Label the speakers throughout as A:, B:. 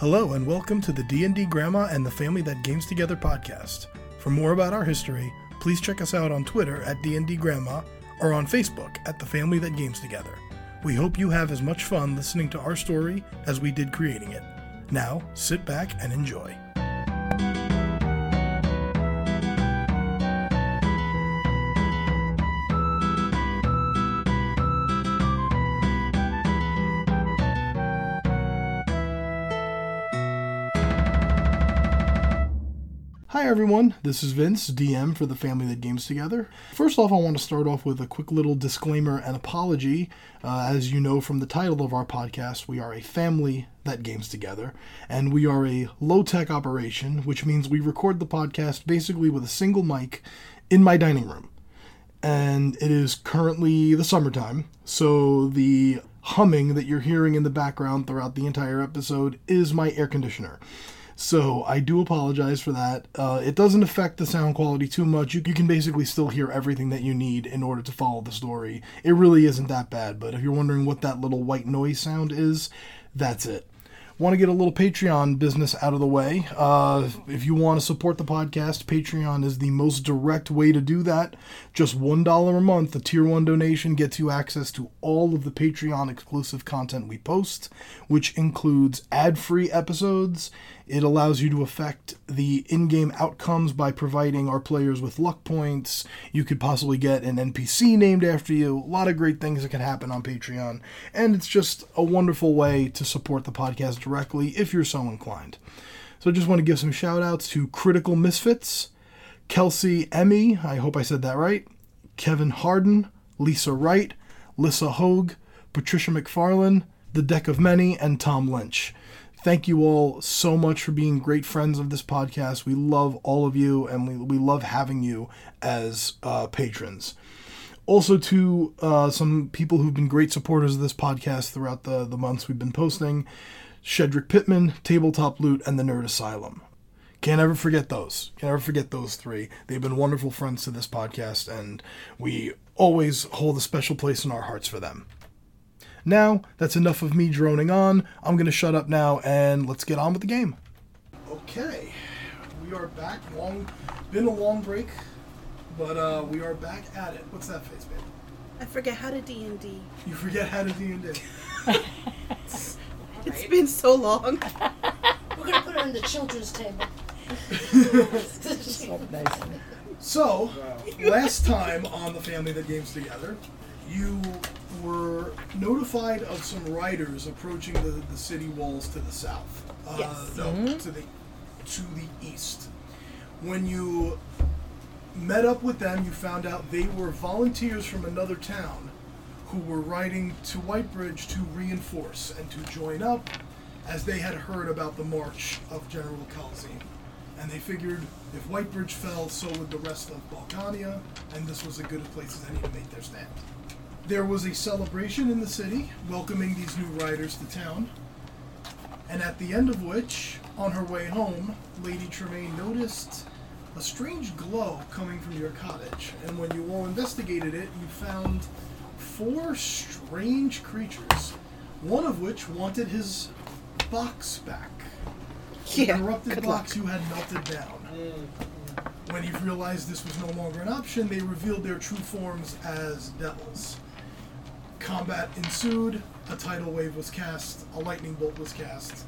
A: Hello and welcome to the D&D Grandma and the Family That Games Together podcast. For more about our history, please check us out on Twitter at D&D Grandma or on Facebook at The Family That Games Together. We hope you have as much fun listening to our story as we did creating it. Now, sit back and enjoy. Hi everyone, this is Vince, DM for the family that games together. First off, I want to start off with a quick little disclaimer and apology. Uh, as you know from the title of our podcast, we are a family that games together, and we are a low tech operation, which means we record the podcast basically with a single mic in my dining room and it is currently the summertime. So the humming that you're hearing in the background throughout the entire episode is my air conditioner. So I do apologize for that. Uh, it doesn't affect the sound quality too much. You, you can basically still hear everything that you need in order to follow the story. It really isn't that bad, but if you're wondering what that little white noise sound is, that's it want to get a little Patreon business out of the way. Uh, if you want to support the podcast, Patreon is the most direct way to do that. Just $1 a month, a tier one donation gets you access to all of the Patreon exclusive content we post, which includes ad free episodes. It allows you to affect the in game outcomes by providing our players with luck points. You could possibly get an NPC named after you. A lot of great things that can happen on Patreon. And it's just a wonderful way to support the podcast directly if you're so inclined. So I just want to give some shout outs to Critical Misfits, Kelsey Emmy, I hope I said that right, Kevin Harden, Lisa Wright, Lissa Hoag, Patricia McFarlane, The Deck of Many, and Tom Lynch. Thank you all so much for being great friends of this podcast. We love all of you and we, we love having you as uh, patrons also to uh, some people who've been great supporters of this podcast throughout the, the months we've been posting Shedrick Pittman, Tabletop Loot, and The Nerd Asylum. Can't ever forget those. Can't ever forget those three. They've been wonderful friends to this podcast, and we always hold a special place in our hearts for them. Now, that's enough of me droning on. I'm going to shut up now, and let's get on with the game. Okay, we are back. Long, been a long break, but uh, we are back at it. What's that face, babe?
B: I forget how to D and D.
A: You forget how to D and D.
B: It's been so long.
C: We're gonna put her on the children's table.
A: So, last time on the family that games together, you were notified of some riders approaching the, the city walls to the south. Uh,
B: Yes.
A: No, to the to the east. When you met up with them, you found out they were volunteers from another town who were riding to Whitebridge to reinforce and to join up as they had heard about the march of General Calzine. And they figured if Whitebridge fell, so would the rest of Balkania, and this was as good a place as any to make their stand. There was a celebration in the city welcoming these new riders to town, and at the end of which, on her way home, Lady Tremaine noticed a strange glow coming from your cottage. And when you all investigated it, you found four strange creatures, one of which wanted his box back. the corrupted box you had melted down. When you realized this was no longer an option, they revealed their true forms as devils. Combat ensued, a tidal wave was cast, a lightning bolt was cast,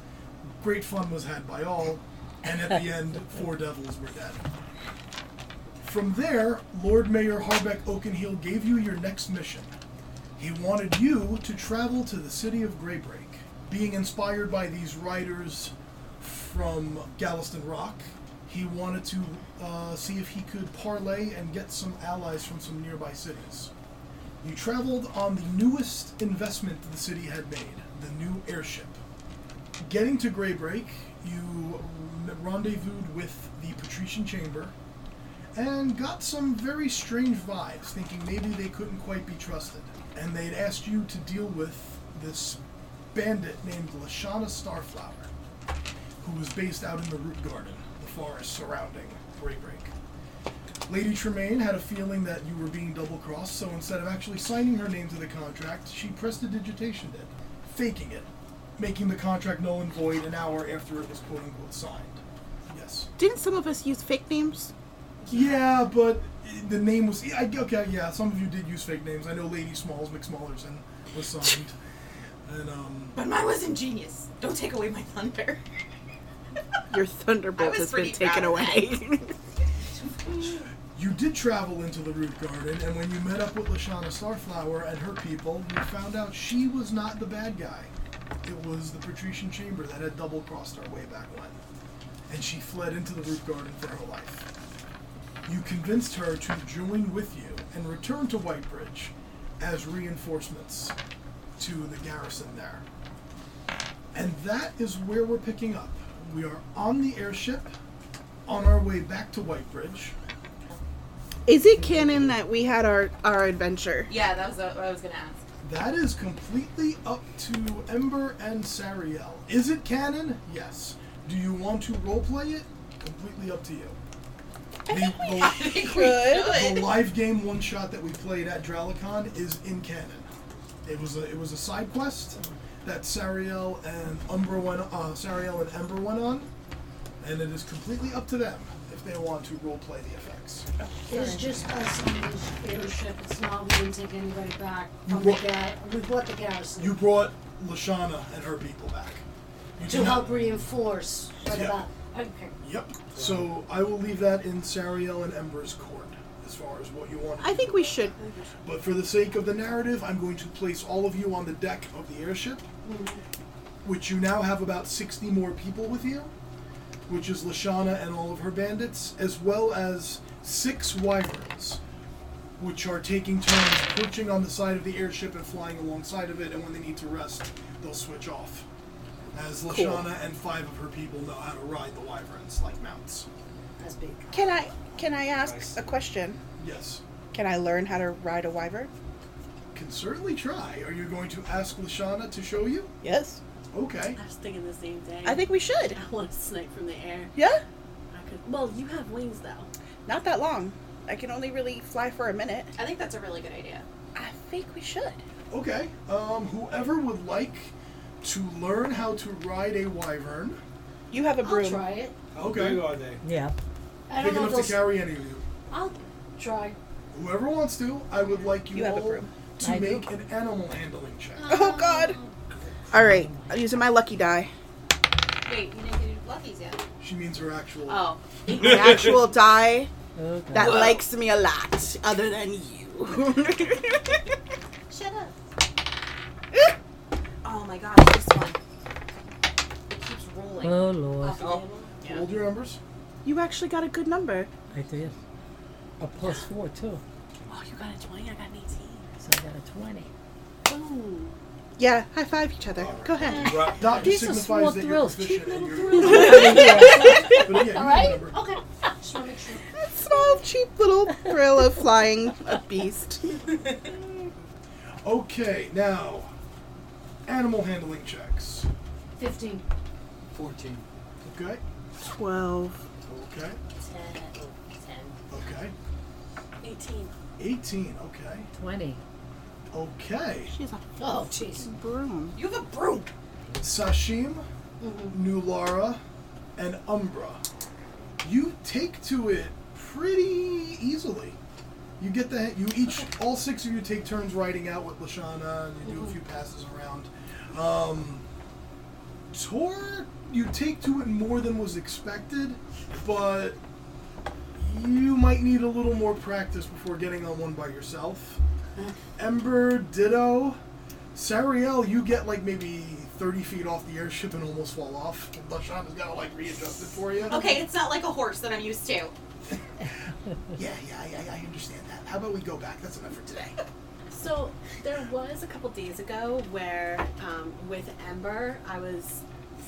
A: great fun was had by all, and at the end, four devils were dead. From there, Lord Mayor Harbeck Oakenheel gave you your next mission. He wanted you to travel to the city of Greybreak, being inspired by these riders from Galveston Rock. He wanted to uh, see if he could parlay and get some allies from some nearby cities. You traveled on the newest investment the city had made, the new airship. Getting to Greybreak, you rendezvoused with the Patrician Chamber and got some very strange vibes, thinking maybe they couldn't quite be trusted. And they'd asked you to deal with this bandit named Lashana Starflower who was based out in the root garden, the forest surrounding Greybreak. Lady Tremaine had a feeling that you were being double crossed, so instead of actually signing her name to the contract, she prestidigitation it, faking it, making the contract null and void an hour after it was quote unquote signed. Yes.
B: Didn't some of us use fake names?
A: Yeah, but the name was I, okay. Yeah, some of you did use fake names. I know Lady Smalls McSmallerson was signed, and um,
D: But mine was ingenious. Don't take away my thunder.
B: Your
D: I
B: thunderbolt
D: was
B: has been
D: pretty
B: taken
D: proud of
B: away.
A: you did travel into the root garden. And when you met up with Lashana Starflower and her people, you found out she was not the bad guy. It was the patrician chamber that had double crossed her way back when, and she fled into the root garden for her life. You convinced her to join with you and return to Whitebridge as reinforcements to the garrison there. And that is where we're picking up. We are on the airship on our way back to Whitebridge.
B: Is it canon that we had our, our adventure?
D: Yeah, that was what I was gonna ask.
A: That is completely up to Ember and Sariel. Is it canon? Yes. Do you want to roleplay it? Completely up to you. The, the- the live game one shot that we played at Dralicon is in canon. It was a it was a side quest that Sariel and Umbra went uh, Sariel and Ember went on, and it is completely up to them if they want to roleplay the effects.
C: It's just us on this airship. It's not, we didn't take anybody back
A: You
C: from the
A: brought-
C: ga, we brought the garrison.
A: You brought Lashana and her people back. You
C: To
A: did
C: help reinforce, but
A: Yeah.
C: about, okay.
A: Yep. So I will leave that in Sariel and Ember's court as far as what you want.
B: I think we should.
A: But for the sake of the narrative, I'm going to place all of you on the deck of the airship, which you now have about 60 more people with you, which is Lashana and all of her bandits, as well as six wyverns, which are taking turns perching on the side of the airship and flying alongside of it, and when they need to rest, they'll switch off. As Lashana and five of her people know how to ride the wyverns like mounts.
C: That's big.
B: Can I can I ask a question?
A: Yes.
B: Can I learn how to ride a wyvern?
A: Can certainly try. Are you going to ask Lashana to show you?
B: Yes.
A: Okay.
E: I was thinking the same thing.
B: I think we should.
E: I want to snipe from the air.
B: Yeah.
E: I could. Well, you have wings though.
B: Not that long. I can only really fly for a minute.
D: I think that's a really good idea.
B: I think we should.
A: Okay. Um, whoever would like to learn how to ride a wyvern.
B: You have a broom.
C: I'll try it.
F: How
A: Okay.
F: big are they?
G: Yeah.
C: I
A: Big
C: don't know
A: enough
C: if
A: to
C: those,
A: carry any of you.
C: I'll try.
A: Whoever wants to, I would like you,
B: You have a
A: all
B: broom.
A: to
G: I do.
A: make an animal handling check.
B: Oh God. All right. I'm using my lucky die.
D: Wait, you didn't do Lucky's yet.
A: She means her actual.
D: Oh,
B: An actual die
G: Oh, God.
B: that
D: Whoa.
B: likes me a lot, other than you.
D: shut up. oh my gosh, this one. It keeps rolling.
G: oh, Lord.
D: off the table.
A: Hold your numbers.
B: you actually got a good number.
G: I did. A plus four, too.
E: Oh, you got a 20, I got an
G: So I got a 20.
E: 18. Boom.
B: Yeah. High five each other. Go ahead.
F: Right.
A: Dot just
G: These are small
A: signifies that you're
G: thrills, cheap
A: proficient and
G: little
A: you're.
G: thrills.
A: But yeah, you have a
C: Alright,
A: number.
C: okay. Just wanna make sure.
B: Small, cheap little thrill of flying a beast.
A: Okay, now, animal handling checks.
C: Fifteen.
F: 14.
A: Okay.
B: Twelve.
A: Okay.
D: 10, 10.
A: Okay.
E: 18.
A: 18. Okay.
G: 20.
A: Okay.
B: She's a
C: Oh, jeez.
B: broom.
D: You have a broom.
A: Sashim, Nulara, and Umbra. You take to it pretty easily. You get the you each all six of you take turns riding out with Lashana, and you do a few passes around. Um, Tor, you take to it more than was expected, but you might need a little more practice before getting on one by yourself. Ember, Ditto. Sariel, you get like maybe 30 feet off the airship and almost fall off. Lashana's got to like readjust it for you.
D: Okay, it's not like a horse that I'm used to.
A: Yeah, yeah, yeah, yeah, I understand that. How about we go back? That's enough for today.
E: So there was a couple days ago where, um, with Ember, I was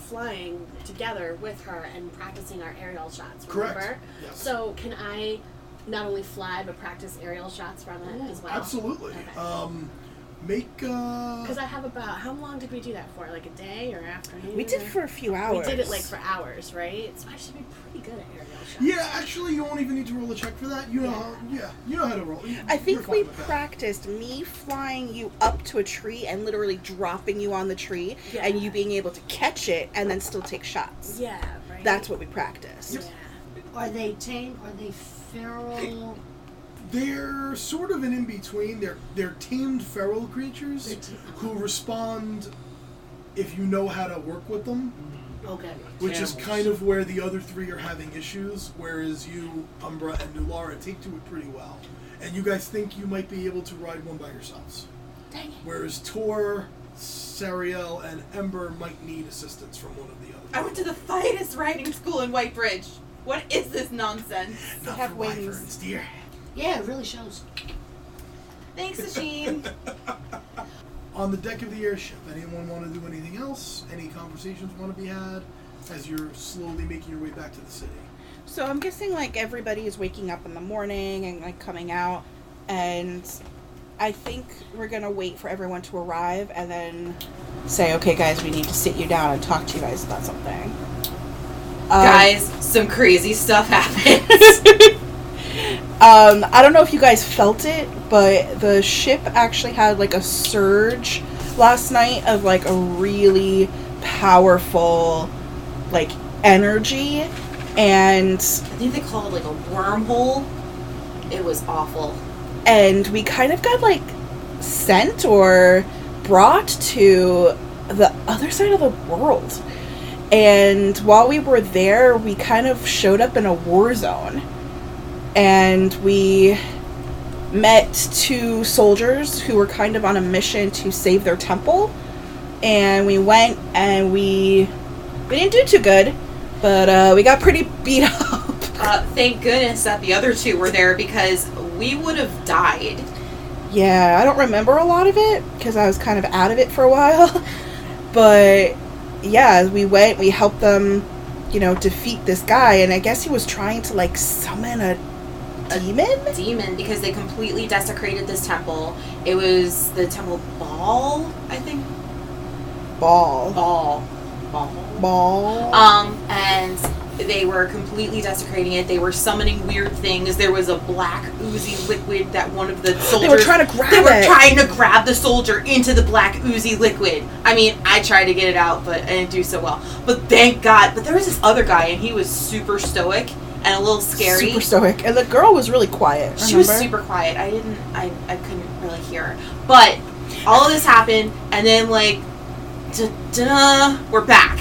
E: flying together with her and practicing our aerial shots.
A: Correct.
E: Remember?
A: Yes.
E: So can I not only fly but practice aerial shots from it as well?
A: Absolutely.
E: Okay.
A: Um, Make uh,
E: Because I have about how long did we do that for? Like a day or afternoon?
B: We did
E: or-
B: for a few hours.
E: We did it like for hours, right? So I should be pretty good at aerial shots.
A: yeah. Actually, you won't even need to roll a check for that. You know, how, yeah, you know how to roll.
B: I
A: You're
B: think
A: fine
B: we
A: with that.
B: practiced me flying you up to a tree and literally dropping you on the tree
E: Yeah.
B: and you being able to catch it and then still take shots.
E: Yeah, right.
B: That's what we practiced.
E: yeah.
C: Are they tame? Are they feral?
A: They're sort of an in between. They're they're tamed feral creatures
C: They're tamed.
A: who respond if you know how to work with them,
C: Okay.
A: which is kind of where the other three are having issues. Whereas you, Umbra, and Nulara take to it pretty well, and you guys think you might be able to ride one by yourselves.
C: Dang it.
A: Whereas Tor, Sariel, and Ember might need assistance from one of the
D: I
A: others.
D: went to the finest riding school in Whitebridge. What is this nonsense?
A: Not
B: have
A: for
B: wings.
A: wyverns, dear.
C: Yeah, it really shows.
D: Thanks, Asheen.
A: On the deck of the airship, anyone want to do anything else? Any conversations want to be had as you're slowly making your way back to the city?
B: So I'm guessing like everybody is waking up in the morning and like coming out and I think we're gonna wait for everyone to arrive and then say, okay guys, we need to sit you down and talk to you guys about something. Um,
D: Guys, some crazy stuff happens.
B: Um, I don't know if you guys felt it, but the ship actually had like a surge last night of like a really powerful like energy and
D: I think they call it like a wormhole. It was awful.
B: and we kind of got like sent or brought to the other side of the world. And while we were there, we kind of showed up in a war zone. And we met two soldiers who were kind of on a mission to save their temple. And we went and we we didn't do too good, but uh, we got pretty beat up.
D: Uh, thank goodness that the other two were there because we would have died.
B: Yeah, I don't remember a lot of it because I was kind of out of it for a while. but yeah, we went, we helped them, you know, defeat this guy, and I guess he was trying to like summon a demon?
D: Demon, because they completely desecrated this temple. It was the temple Ball, I think.
B: Ball.
D: Ball. Ball.
B: Ball.
D: Um, and they were completely desecrating it. They were summoning weird things. There was a black oozy liquid that one of the soldiers
B: they were trying to grab
D: They were
B: it.
D: trying to grab the soldier into the black oozy liquid. I mean, I tried to get it out, but I didn't do so well. But thank God. But there was this other guy, and he was super stoic and a little scary.
B: Super stoic. And the girl was really quiet.
D: she was
B: remember?
D: super quiet. I didn't. I, I couldn't really hear. Her. But all of this happened, and then like, da da, we're back.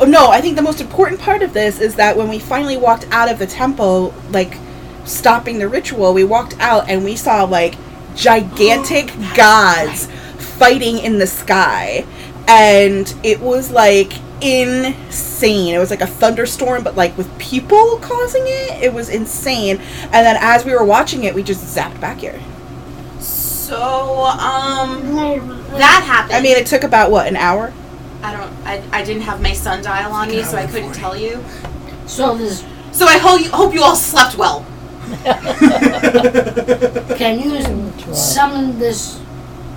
B: Oh, no, I think the most important part of this is that when we finally walked out of the temple, like stopping the ritual, we walked out and we saw like gigantic gods fighting in the sky. And it was like insane. It was like a thunderstorm, but like with people causing it. It was insane. And then as we were watching it, we just zapped back here.
D: So, um, that happened.
B: I mean, it took about what, an hour?
D: I don't, I, I didn't have my sundial on me, so I couldn't tell you.
C: So this
D: So I hope you, hope you all slept well.
C: can
G: Try.
C: you summon this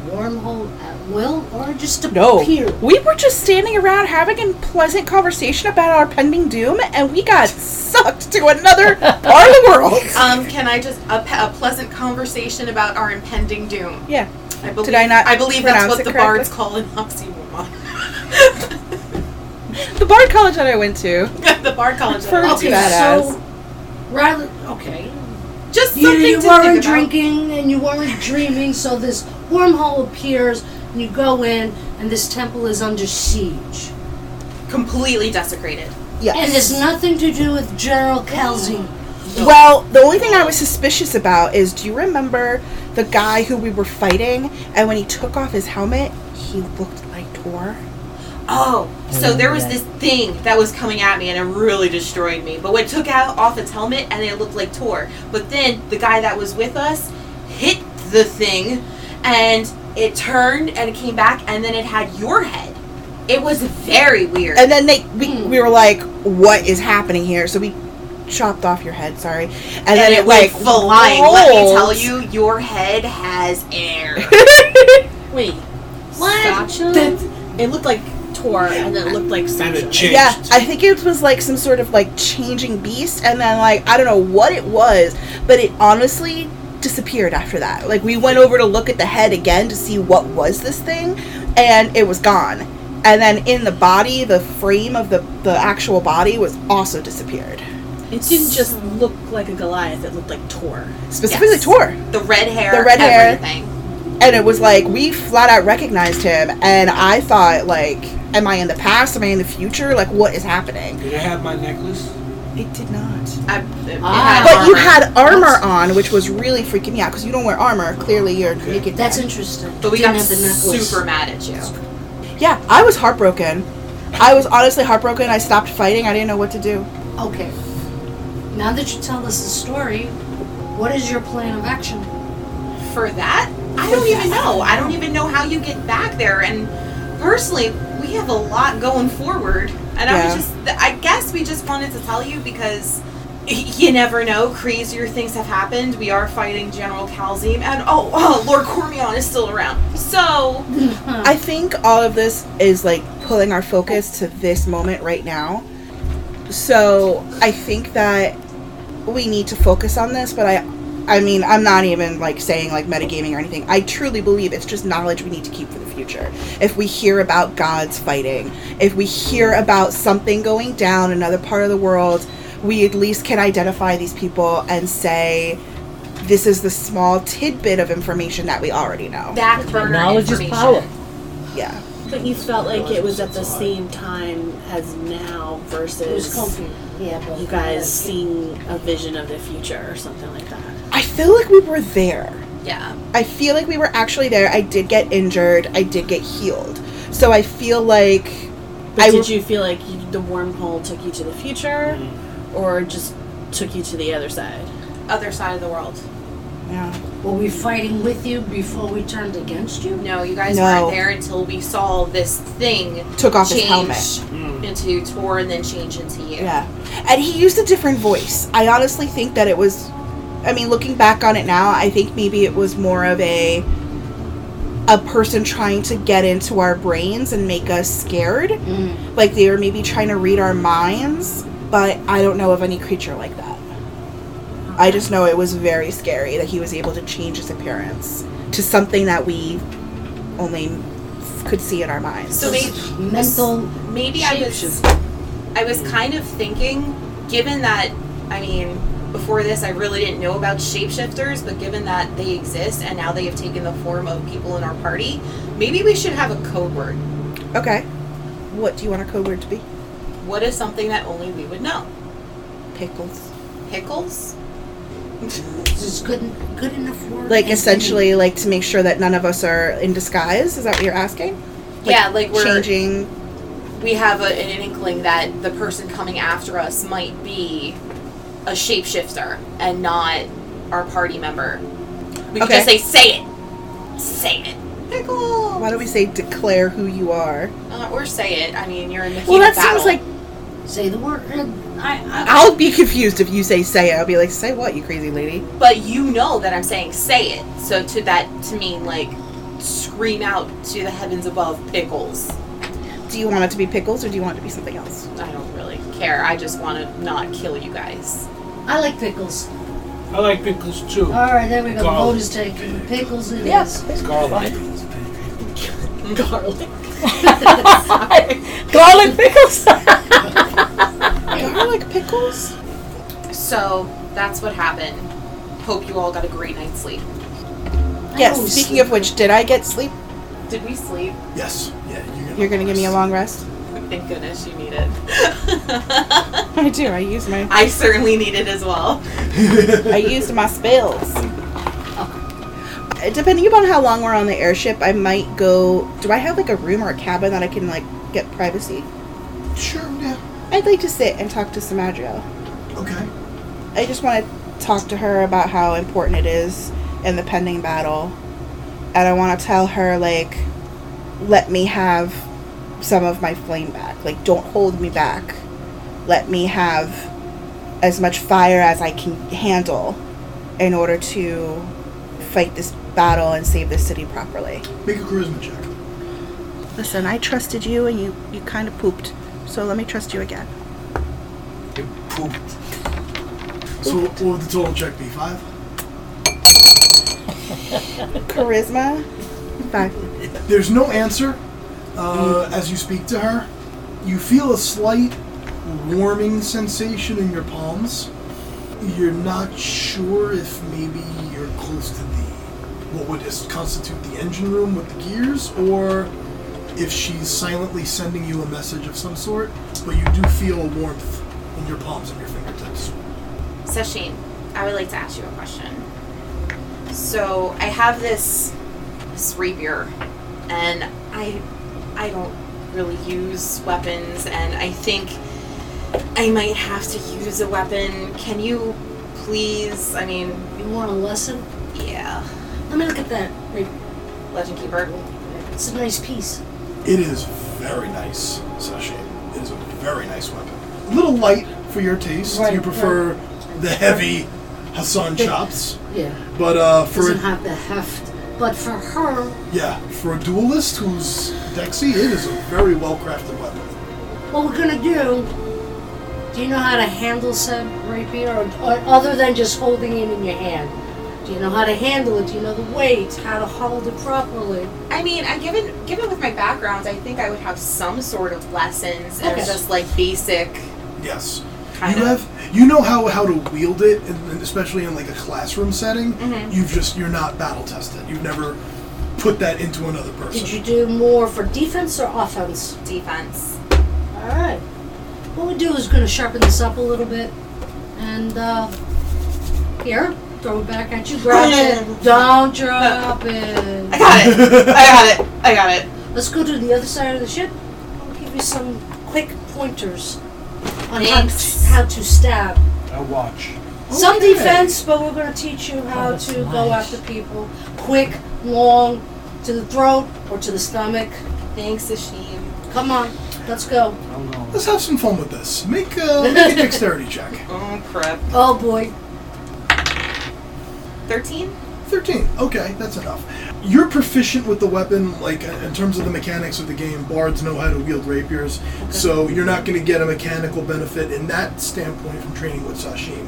C: wormhole at will or just
B: No.
C: appear?
B: We were just standing around having a pleasant conversation about our pending doom, and we got sucked to another part of the world.
D: Um, can I just, a, pe- a pleasant conversation about our impending doom.
B: Yeah.
D: I believe,
B: I not
D: I believe that's
B: pronounce
D: what
B: it
D: the
B: correctly?
D: bards call an oxymoron.
B: The bard college that I went to.
D: the bard call it
B: For-
D: an
B: Too
C: Okay,
B: badass.
C: so rather okay,
D: oxy- Just
C: you,
D: something
C: you
D: to
C: weren't
D: think about.
C: drinking and you weren't dreaming. So this wormhole appears and you go in, and this temple is under siege.
D: Completely desecrated.
C: And it's nothing to do with General Kelsey.
B: Well, the only thing I was suspicious about is do you remember the guy who we were fighting, and when he took off his helmet, he looked like Tor?
D: Oh, so
G: remember
D: there was
G: that.
D: this thing that was coming at me and it really destroyed me. But it took out off its helmet and it looked like Tor. But then the guy that was with us hit the thing and it turned and it came back and then it had your head. It was very weird.
B: And then they we,
D: Hmm.
B: we were like, what is happening here? So we chopped off your head, sorry. And,
D: And
B: then
D: it
B: it like
D: went flying. Let me tell
B: rolled.
D: you, your head has air.
E: Wait.
D: What?
E: Satchel? It looked like Tor, and then it looked like Satchel.
H: changed.
B: Yeah, I think it was like some sort of like changing beast, and then like I don't know what it was, but it honestly disappeared after that. Like we went over to look at the head again to see what was this thing, and it was gone. And then in the body, the frame of the the actual body was also disappeared.
E: It didn't just look like a Goliath, it looked like Tor.
B: Specifically,
D: Yes.
B: Tor.
D: The red hair.
B: The red hair.
D: everything.
B: and it was like we flat out recognized him and i thought like am i in the past am i in the future like what is happening
H: Did I have my necklace?
B: it did not
D: I, it- it
C: Ah.
D: had
B: but you
D: armor.
B: had armor on which was really freaking me out because you don't wear armor clearly you're naked
C: That's interesting.
D: But we
C: Didn't
D: got
C: have the necklace.
D: super mad at you.
B: yeah i was heartbroken i was honestly heartbroken i stopped fighting i didn't know what to do
C: Okay. Now that you tell us the story, what is your plan of action?
D: for that? I don't even know. I don't even know how you get back there. And personally, we have a lot going forward. And I was
B: Yeah.
D: just, I guess we just wanted to tell you because y- you never know. Crazier things have happened. We are fighting General Calzim. And oh, oh Lord Cormion is still around. So,
B: i think all of this is like pulling our focus to this moment right now so i think that we need to focus on this but i i mean i'm not even like saying like metagaming or anything i truly believe it's just knowledge we need to keep for the future if we hear about gods fighting if we hear about something going down in another part of the world we at least can identify these people and say this is the small tidbit of information that we already know
D: back burner
G: Knowledge is
D: information.
G: power.
B: yeah
E: But you felt like it was at the same time as now versus
C: It was comfy. Yeah, but
E: you guys seeing a vision of the future or something like that.
B: i feel like we were there
D: Yeah.
B: I feel like we were actually there. I did get injured. I did get healed. So I feel like
E: But
B: I
E: did
B: w-
E: you feel like you, the wormhole took you to the future, or just took you to the other side?
D: Other side of the world.
C: Were we fighting with you before we turned against you?
D: No, you guys
B: No.
D: weren't there until we saw this thing
B: took off his
D: change
B: helmet.
D: into Tor and then change into you.
B: Yeah. And he used a different voice. I honestly think that it was I mean, looking back on it now, I think maybe it was more of a a person trying to get into our brains and make us scared. Like they were maybe trying to read our minds, but I don't know of any creature like that. I just know it was very scary that he was able to change his appearance to something that we only could see in our minds.
D: So maybe
C: Mental.
D: maybe I was I was kind of thinking, given that I mean, before this I really didn't know about shapeshifters, but given that they exist and now they have taken the form of people in our party, maybe we should have a code word.
B: okay. What do you want a code word to be?
D: What is something that only we would know?
B: Pickles.
D: Pickles?
C: This is good, good enough word.
B: like
C: and-
B: essentially like to make sure that none of us are in disguise is that what you're asking
D: yeah, like we're
B: changing
D: we have a, an inkling that the person coming after us might be a shapeshifter and not our party member. We can
B: Okay.
D: just say, say it. Say it. Pickle.
B: why don't we say declare who you are
D: Uh, or say it. I mean, you're in the heat
B: well that
D: of battle.
B: seems like
C: Say the word. and I, I,
B: i'll be confused if you say say it. i'll be like say what you crazy lady
D: But you know that I'm saying say it. So to that, to mean like scream out to the heavens above, pickles.
B: do you want it to be pickles or do you want it to be something else
D: I don't really care. I just want to not kill you guys.
C: I like pickles.
H: I like pickles too.
C: All right, there we go. The
H: Garlic.
C: vote is taken. Pickles it is.
H: Garlic.
E: Garlic.
G: Garlic pickles.
B: garlic pickles
D: So that's what happened. Hope you all got a great night's sleep.
C: I
B: yes
C: always
B: speaking
C: sleep.
B: of which did i get sleep
D: Did we sleep?
A: Yes. Yeah.
B: you're gonna give me a long rest
D: Thank goodness you need it.
B: i do i used my
D: I certainly need it as well.
B: i used my spells Uh, depending upon how long we're on the airship i might go do i have like a room or a cabin that i can like get privacy
A: Sure. Yeah.
B: I'd like to sit and talk to Samadrio.
A: Okay.
B: I just want to talk to her about how important it is in the pending battle. And I want to tell her, like, let me have some of my flame back. Like, don't hold me back. Let me have as much fire as I can handle in order to fight this battle and save the city properly.
A: Make a charisma check.
B: Listen, I trusted you and you, you kind of pooped. So let me trust you again.
H: It pooped.
A: So what would the total check be? Five?
B: Charisma? Five.
A: There's no answer uh, as you speak to her. You feel a slight warming sensation in your palms. You're not sure if maybe you're close to the what would is- constitute the engine room with the gears, or if she's silently sending you a message of some sort. But you do feel a warmth in your palms and your fingertips.
F: Sasheen, I would like to ask you a question. So I have this this rapier, and I I don't really use weapons, and I think I might have to use a weapon. Can you please? I mean,
C: You want a lesson?
F: yeah,
C: Let me look at that. Wait,
F: Legend Keeper.
C: It's a nice piece.
A: It is very nice, Sashay. It is a very nice weapon. A little light for your taste.
C: Right,
A: you prefer the heavy Hassan chops.
C: Yeah.
A: But uh, for
C: Doesn't
A: a,
C: have the heft, but for her,
A: yeah, for a duelist who's Dexy, it is a very well crafted weapon.
C: what we're gonna do? Do you know how to handle said rapier, or, or other than just holding it in your hand? Do you know how to handle it? Do you know the weight? How to hold it properly?
F: I mean, I given given with my background, I think I would have some sort of lessons and
C: Okay.
F: just like basic
A: Yes.
F: kind
A: you
F: of.
A: have you know how, how to wield it, and, and especially in like a classroom setting.
C: Mm-hmm.
A: You've just you're not battle tested. You've never put that into another person.
C: Did you do more for defense or offense?
F: defense.
C: All right. What we do is going to sharpen this up a little bit, and uh, here, throw it back at you. Grab it. Don't drop
F: I
C: it.
F: got it. I got it. I got it.
C: Let's go to the other side of the ship. I'll give you some quick pointers on how
F: Thanks.
C: to, how to stab.
H: I watch.
C: Some
A: Okay.
C: defense, but we're going to teach you
G: Oh,
C: how
G: that's
C: to go
G: nice.
C: after people quick, long, to the throat or to the stomach.
F: Thanks, Ashim.
C: Come on, let's go.
H: I'm going.
A: Let's have some fun with this. Make, uh, make a dexterity check.
F: Oh crap.
C: Oh boy.
F: Thirteen.
A: 13. Okay, that's enough. You're proficient with the weapon, like uh, in terms of the mechanics of the game. Bards know how to wield rapiers, so you're not going to get a mechanical benefit in that standpoint from training with Sashim.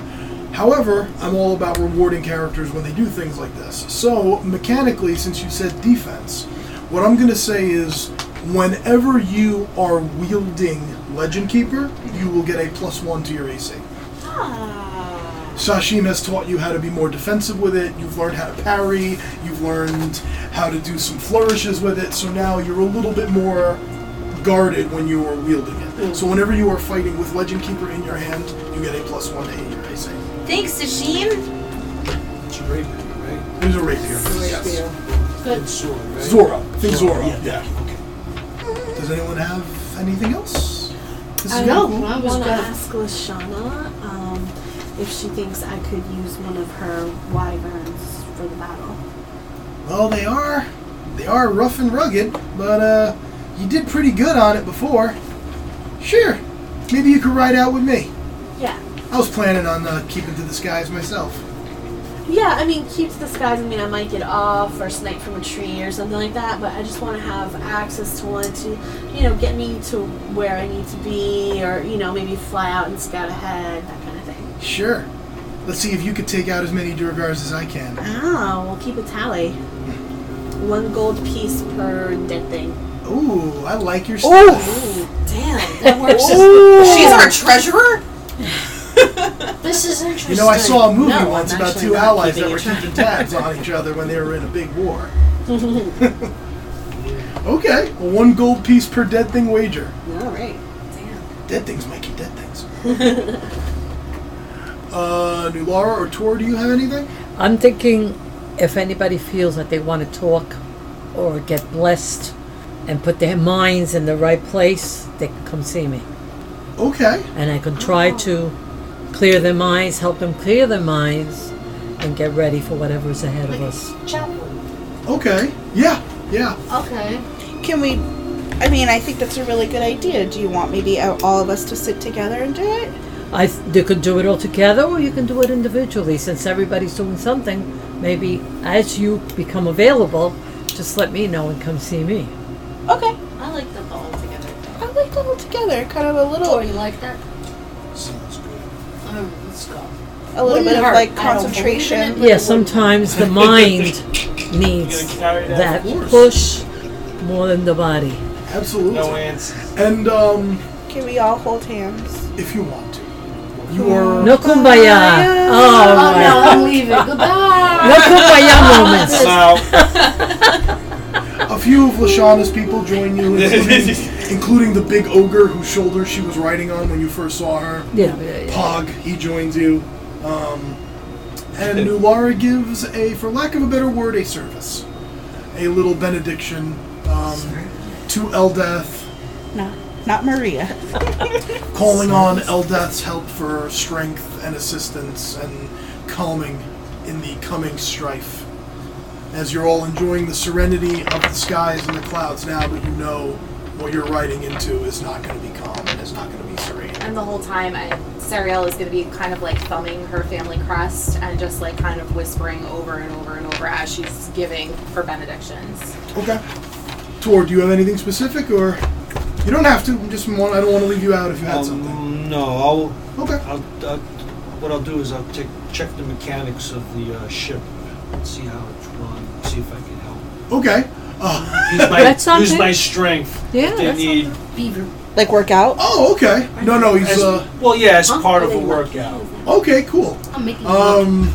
A: However, I'm all about rewarding characters when they do things like this. So, mechanically, since you said defense, what I'm going to say is whenever you are wielding Legend Keeper, you will get a plus one to your AC. Sashim has taught you how to be more defensive with it. You've learned how to parry. You've learned how to do some flourishes with it. So now you're a little bit more guarded when you are wielding it. So whenever you are fighting with Legend Keeper in your hand, you get a plus one to hit your AC.
F: Thanks, Ashim.
H: It's a rapier, right?
A: There's a rapier. Yes.
H: Good sword, right?
A: Zora. Think Zora.
H: Yeah.
A: Yeah. Does anyone have anything else? This is
E: I
A: kinda
E: know.
A: cool.
E: I
C: was
E: want to
C: gonna-
E: ask Lashana um, if she thinks I could use one of her wyverns for the battle.
A: Well, they are. They are rough and rugged, but uh, you did pretty good on it before. Sure. Maybe you could ride out with me.
E: Yeah.
A: I was planning on uh, keeping to the skies myself.
E: Yeah, I mean, keeps disguise. I mean, I might get off or snipe from a tree or something like that, but I just want to have access to one to, you know, get me to where I need to be or, you know, maybe fly out and scout ahead, that kind of thing.
A: Sure. Let's see if you could take out as many Durgars as I can.
E: Oh, we'll keep a tally. One gold piece per dead thing.
A: Ooh, I like your stuff.
F: Damn.
C: That works.
F: She's our treasurer.
C: This is interesting.
A: You know, I saw a movie
E: No, I'm
A: once about
E: actually
A: two
E: not
A: allies that
E: keeping
A: were
E: it track.
A: keeping tabs on each other when they were in a big war. okay, a one gold piece per dead thing wager.
E: All right.
A: Dead things might keep dead things. uh, Nulara or Tor, do you have anything?
G: I'm thinking if anybody feels that they want to talk or get blessed and put their minds in the right place, they can come see me.
A: Okay.
G: And I can try to clear their minds, help them clear their minds, and get ready for whatever's ahead of us.
A: Okay. Yeah. Yeah.
C: Okay.
B: Can we? uh, I mean, I think that's a really good idea. Do you want maybe all of us to sit together and do it?
G: I th- they could do it all together, or you can do it individually. Since everybody's doing something, maybe as you become available, just let me know and come see me.
B: Okay.
E: I like them all together.
B: I like them all together. Kind of a
C: Oh,
B: little,
C: you like that?
H: Sounds good.
C: All right, let's go.
B: a little
C: Wouldn't
B: bit of
C: hurt.
B: like
C: I don't
B: concentration.
G: Yeah, sometimes the mind needs
D: You're gonna carry that
G: that
D: force.
G: push more than the body.
A: Absolutely.
D: No answers.
A: and um,
B: Can we all hold hands?
A: if you want to, you are
G: No kumbaya.
C: Oh,
G: Oh,
C: no,
G: my.
C: I'm leaving. Goodbye.
G: No kumbaya moments.
D: So,
A: a few of Lashana's people join you, including, including the big ogre whose shoulder she was riding on when you first saw her.
G: Yeah, yeah, yeah.
A: Pog, he joins you. Um, and Nulara gives a, for lack of a better word, a service. A little benediction um, to Eldath,
B: No, not Maria.
A: calling on Eldath's help for strength and assistance and calming in the coming strife. As you're all enjoying the serenity of the skies and the clouds now, but you know what you're riding into is not going to be calm and is not going to be serene.
F: And the whole time, I, Sariel is going to be kind of like thumbing her family crest and just like kind of whispering over and over and over as she's giving for benedictions.
A: Okay. Tor, do you have anything specific, or you don't have to? I'm just want, I don't want to leave you out if you had something.
H: Um, no, I'll,
A: Okay.
H: I'll, I'll. What I'll do is I'll check check the mechanics of the uh, ship, see how it's run, see if I can help.
A: Okay. Uh,
D: use my,
G: That's something.
D: use my strength.
G: Yeah,
D: if they
G: that's
D: need.
C: Beaver.
B: Like work out.
A: oh, okay. No, no, he's
D: As,
A: uh.
D: well, yeah, as part of a
C: They work
D: workout.
A: Okay, cool.
C: I'm making
A: Um,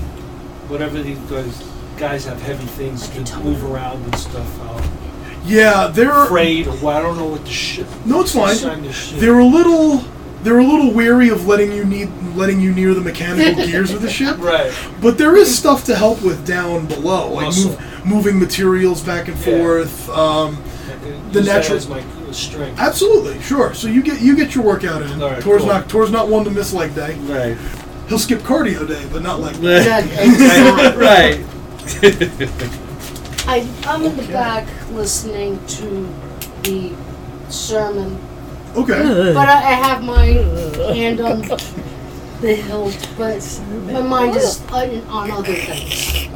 D: Whatever these guys, guys have heavy things
C: Like a
D: to
C: toner.
D: move around and stuff. I'll
A: yeah, there are.
D: afraid. Or, well, I don't know what the ship.
A: Er, No, it's fine.
D: Sign this shit.
A: They're a little, they're a little wary of letting you need, letting you near the mechanical gears of the ship.
D: Right.
A: But there is stuff to help with down below, like
D: Muscle.
A: move, moving materials back and
D: Yeah.
A: forth. Um, The
D: Use that
A: natural-
D: as my strength.
A: absolutely, sure. So you get you get your workout in.
D: All right,
A: Tor's
D: cool.
A: not Tor's not one to miss leg day.
D: Right.
A: He'll skip cardio day, but not like that.
D: right. right.
C: I, I'm in
A: Okay.
C: the back listening to the sermon,
A: Okay.
G: Uh.
C: but I, I have my hand on the hilt, but my mind is on, on other things.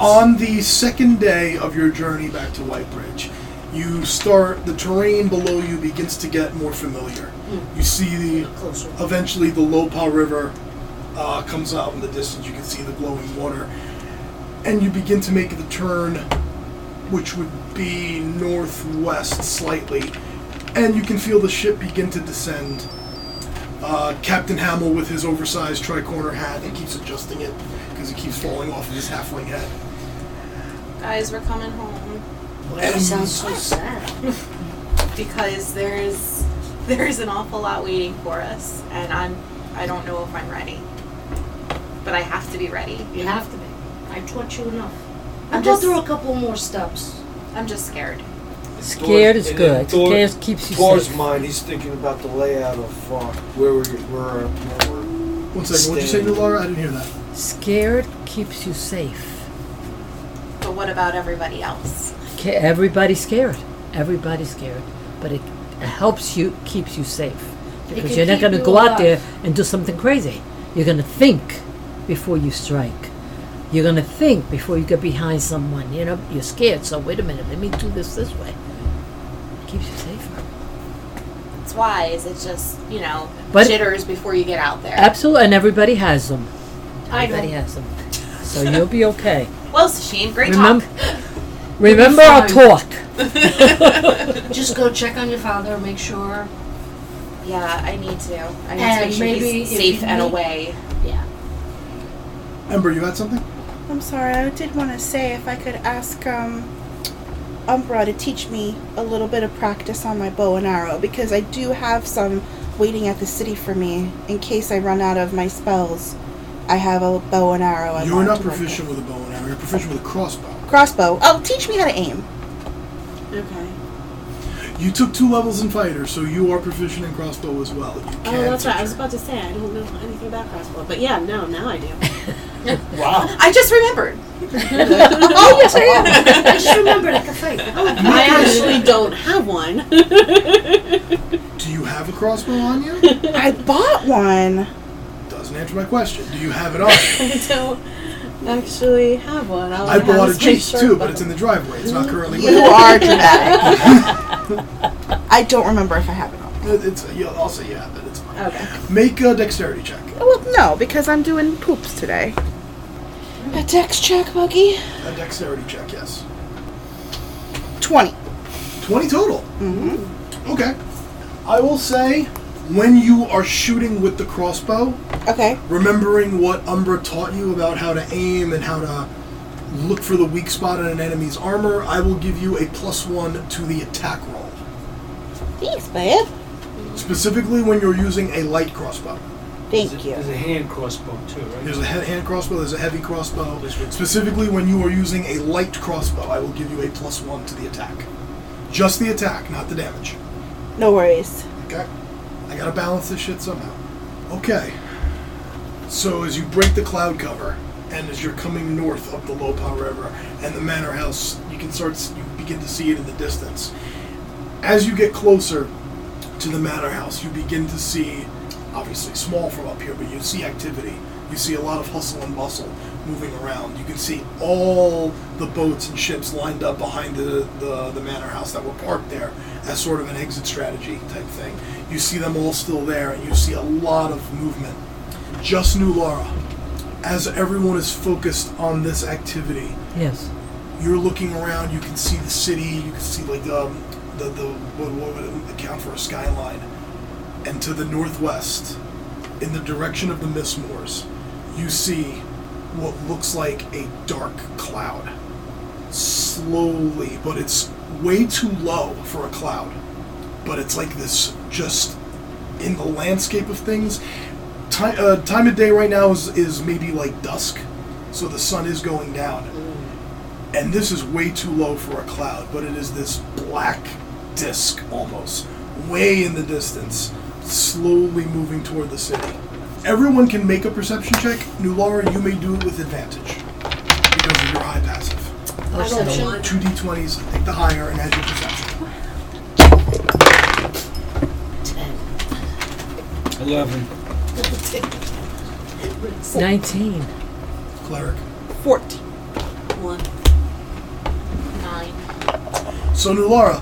A: On the second day of your journey back to Whitebridge, you start the terrain below you begins to get more familiar. You see the
C: Closer.
A: eventually the Lopa River uh, comes out in the distance. You can see the glowing water, and you begin to make the turn, which would be northwest slightly, and you can feel the ship begin to descend. Uh, Captain Hamill, with his oversized tricorner hat, he keeps adjusting it because it keeps falling off of his halfling head.
F: Guys, we're coming home
C: That sounds so sad.
F: because there's there's an awful lot waiting for us, and I'm I don't know if I'm ready, but I have to be ready.
C: You have to be. I taught you enough.
F: I'm
C: I taught
F: just-
C: her a couple more steps.
F: I'm just scared.
G: Scared is
H: And
G: good.
H: then Thor-
G: Scared keeps you
H: Tor's
G: safe.
H: mind, he's thinking about the layout of uh, where we're, where, where we're.
A: One second, what'd you say,
H: Stand.
A: New Laura? I didn't hear that.
G: Scared keeps you safe.
F: But what about everybody else?
G: Ca- Everybody's scared. Everybody's scared. But it, it helps you, keeps you safe. Because
C: can
G: you're not
C: keep
G: going to
C: you
G: go out there
C: alive.
G: and do something crazy. You're going to think before you strike. You're going to think before you get behind someone. You know, you're scared. So wait a minute, let me do this this way. Keeps you safer.
F: It's wise. It's just you know
G: But-
F: jitters before you get out there.
G: Absolutely, and everybody has them.
C: I
G: Everybody
C: don't.
G: has them. So you'll be okay.
F: well, Sasheen, great
G: Remem-
F: talk.
G: Remember our talk.
C: Just go check on your father, make sure.
F: Yeah, I need to. I need
C: And
F: to make sure
C: maybe
F: he's
C: if
F: safe
C: you
F: and
C: need-
F: away.
C: Yeah.
A: Ember, you had something?
B: I'm sorry. I did want to say if I could ask um, Umbra to teach me a little bit of practice on my bow and arrow because I do have some waiting at the city for me in case I run out of my spells. I have a bow and arrow. I
A: You're
B: want
A: not
B: to work on.
A: proficient with a bow and arrow, you're proficient with a crossbow.
B: Crossbow. Oh, teach me how to aim.
E: Okay. Oh,
A: You took two levels in fighter, so you are proficient in crossbow as well. You can
E: Oh, that's right. I
A: teach
E: was
A: her.
E: about to say I don't know anything about crossbow, but yeah, no, now I do.
D: Wow.
F: I just remembered.
B: oh yes, I am.
C: I just remembered I could fight.
E: I actually don't have one.
A: Do you have a crossbow on you?
B: I bought one.
A: Doesn't answer my question. Do you have it on? you?
E: I don't actually have one. All
A: I
E: have
A: bought
E: is
A: a
E: my
A: Jeep
E: short
A: too,
E: bow.
A: but it's in the driveway. It's not currently
B: You
A: with me.
B: are dramatic. I don't remember if I have it on.
A: It's, you'll, I'll say you have it. It's fine.
E: Okay.
A: Make a dexterity check.
B: Well, no, because I'm doing poops today. A dex check, Buggy.
A: A dexterity check, yes.
B: 20.
A: 20 total. Mm-hmm. Okay. I will say, when you are shooting with the crossbow,
B: Okay.
A: remembering what Umbra taught you about how to aim and how to look for the weak spot in an enemy's armor, I will give you a plus one to the attack roll.
B: Thanks, babe.
A: Specifically when you're using a light crossbow.
B: Thank you.
H: There's a hand crossbow too, right?
A: There's a he- hand crossbow, there's a heavy crossbow.
H: This one.
A: Specifically when you are using a light crossbow, I will give you a plus one to the attack. Just the attack, not the damage.
B: No worries.
A: Okay. I gotta balance this shit somehow. Okay. So as you break the cloud cover, and as you're coming north up the Lopa River and the manor house, you can start you begin to see it in the distance. As you get closer to the manor house, you begin to see obviously small from up here, but you see activity. You see a lot of hustle and bustle moving around. You can see all the boats and ships lined up behind the, the, the manor house that were parked there as sort of an exit strategy type thing. You see them all still there, and you see a lot of movement. Just new Laura, as everyone is focused on this activity,
G: Yes.
A: you're looking around. You can see the city. You can see like um, the the what, what would account for a skyline, and to the northwest, in the direction of the Mistmoors, you see what looks like a dark cloud. Slowly, but it's way too low for a cloud. But it's like this, just in the landscape of things. Time, uh, time of day right now is, is maybe like dusk, so the sun is going down and this is way too low for a cloud, but it is this black disc almost, way in the distance, slowly moving toward the city. Everyone can make a perception check. New Laura, you may do it with advantage because of your high passive.
E: Perception.
A: Two d20s, take the higher, and add your perception.
H: 11.
G: 19.
A: Cleric.
B: 40.
F: One. Nine.
A: So, New Laura,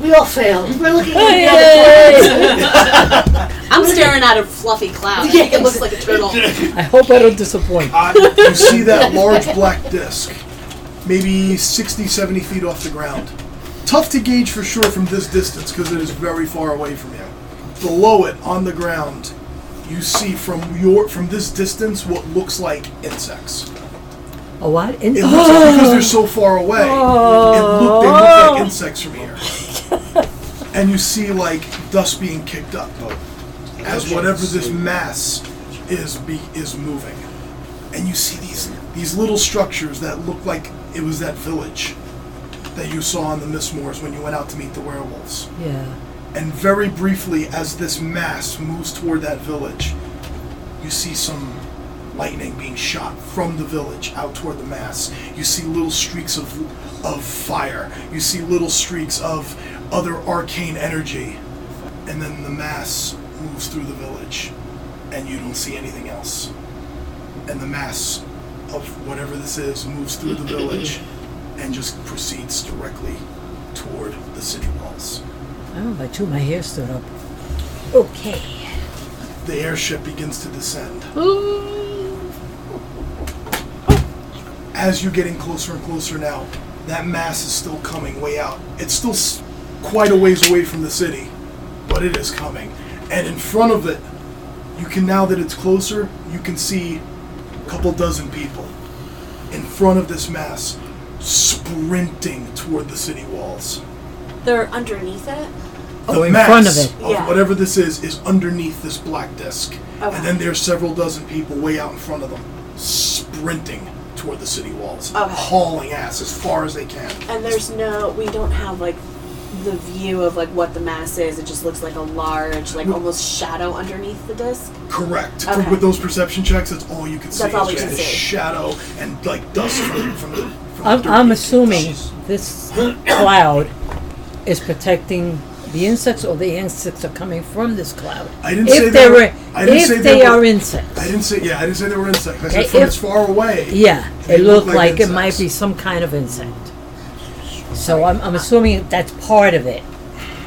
C: We all failed. We're looking at
E: I'm staring at a fluffy cloud. I think it looks like a turtle.
G: I hope I don't disappoint.
A: I, you see that large black disc, maybe 60, 70 feet off the ground. Tough to gauge for sure from this distance because it is very far away from you. Below it, on the ground, you see from your from this distance what looks like insects.
G: A what? In-
A: It looks like because they're so far away. It look, they look like insects from here. and you see like dust being kicked up as whatever this mass is be, is moving. And you see these these little structures that look like it was that village that you saw in the Mistmoors when you went out to meet the werewolves.
G: yeah.
A: And very briefly, as this mass moves toward that village, you see some lightning being shot from the village out toward the mass. You see little streaks of of fire. You see little streaks of other arcane energy. And then the mass moves through the village, and you don't see anything else. And the mass of whatever this is moves through the village and just proceeds directly toward the city walls.
G: Oh, I too, my hair stood up. Okay.
A: The airship begins to descend. As you're getting closer and closer now, that mass is still coming way out. It's still s- quite a ways away from the city, but it is coming. And in front of it, you can now that it's closer, you can see a couple dozen people in front of this mass sprinting toward the city walls.
E: They're underneath it.
G: Oh, in front of it.
E: Yeah.
A: whatever this is is underneath this black disc,
E: Okay.
A: and then there's several dozen people way out in front of them, sprinting toward the city walls,
E: Okay.
A: hauling ass as far as they can.
E: And there's no, we don't have like the view of like what the mass is. It just looks like a large, like almost shadow underneath the disc.
A: Correct.
E: Okay.
A: From, with those perception checks, that's all you can see.
E: That's
A: is
E: all we
A: just
E: can
A: the
E: see.
A: shadow and like dust from, from the. From the
G: I'm,
A: dirt.
G: I'm assuming this cloud is protecting the insects or the insects are coming from this cloud.
A: I didn't say
G: If
A: they
G: they
A: were-
G: were,
A: I didn't
G: if
A: say they
G: they
A: were-
G: are insects.
A: I didn't say yeah. I didn't say they were insects. I said
G: Okay,
A: from
G: if-
A: as far away.
G: Yeah,
A: They
G: it
A: look
G: looked
A: like
G: like it might
A: insects.
G: be some kind of insect. So I'm, I'm assuming that's part of it,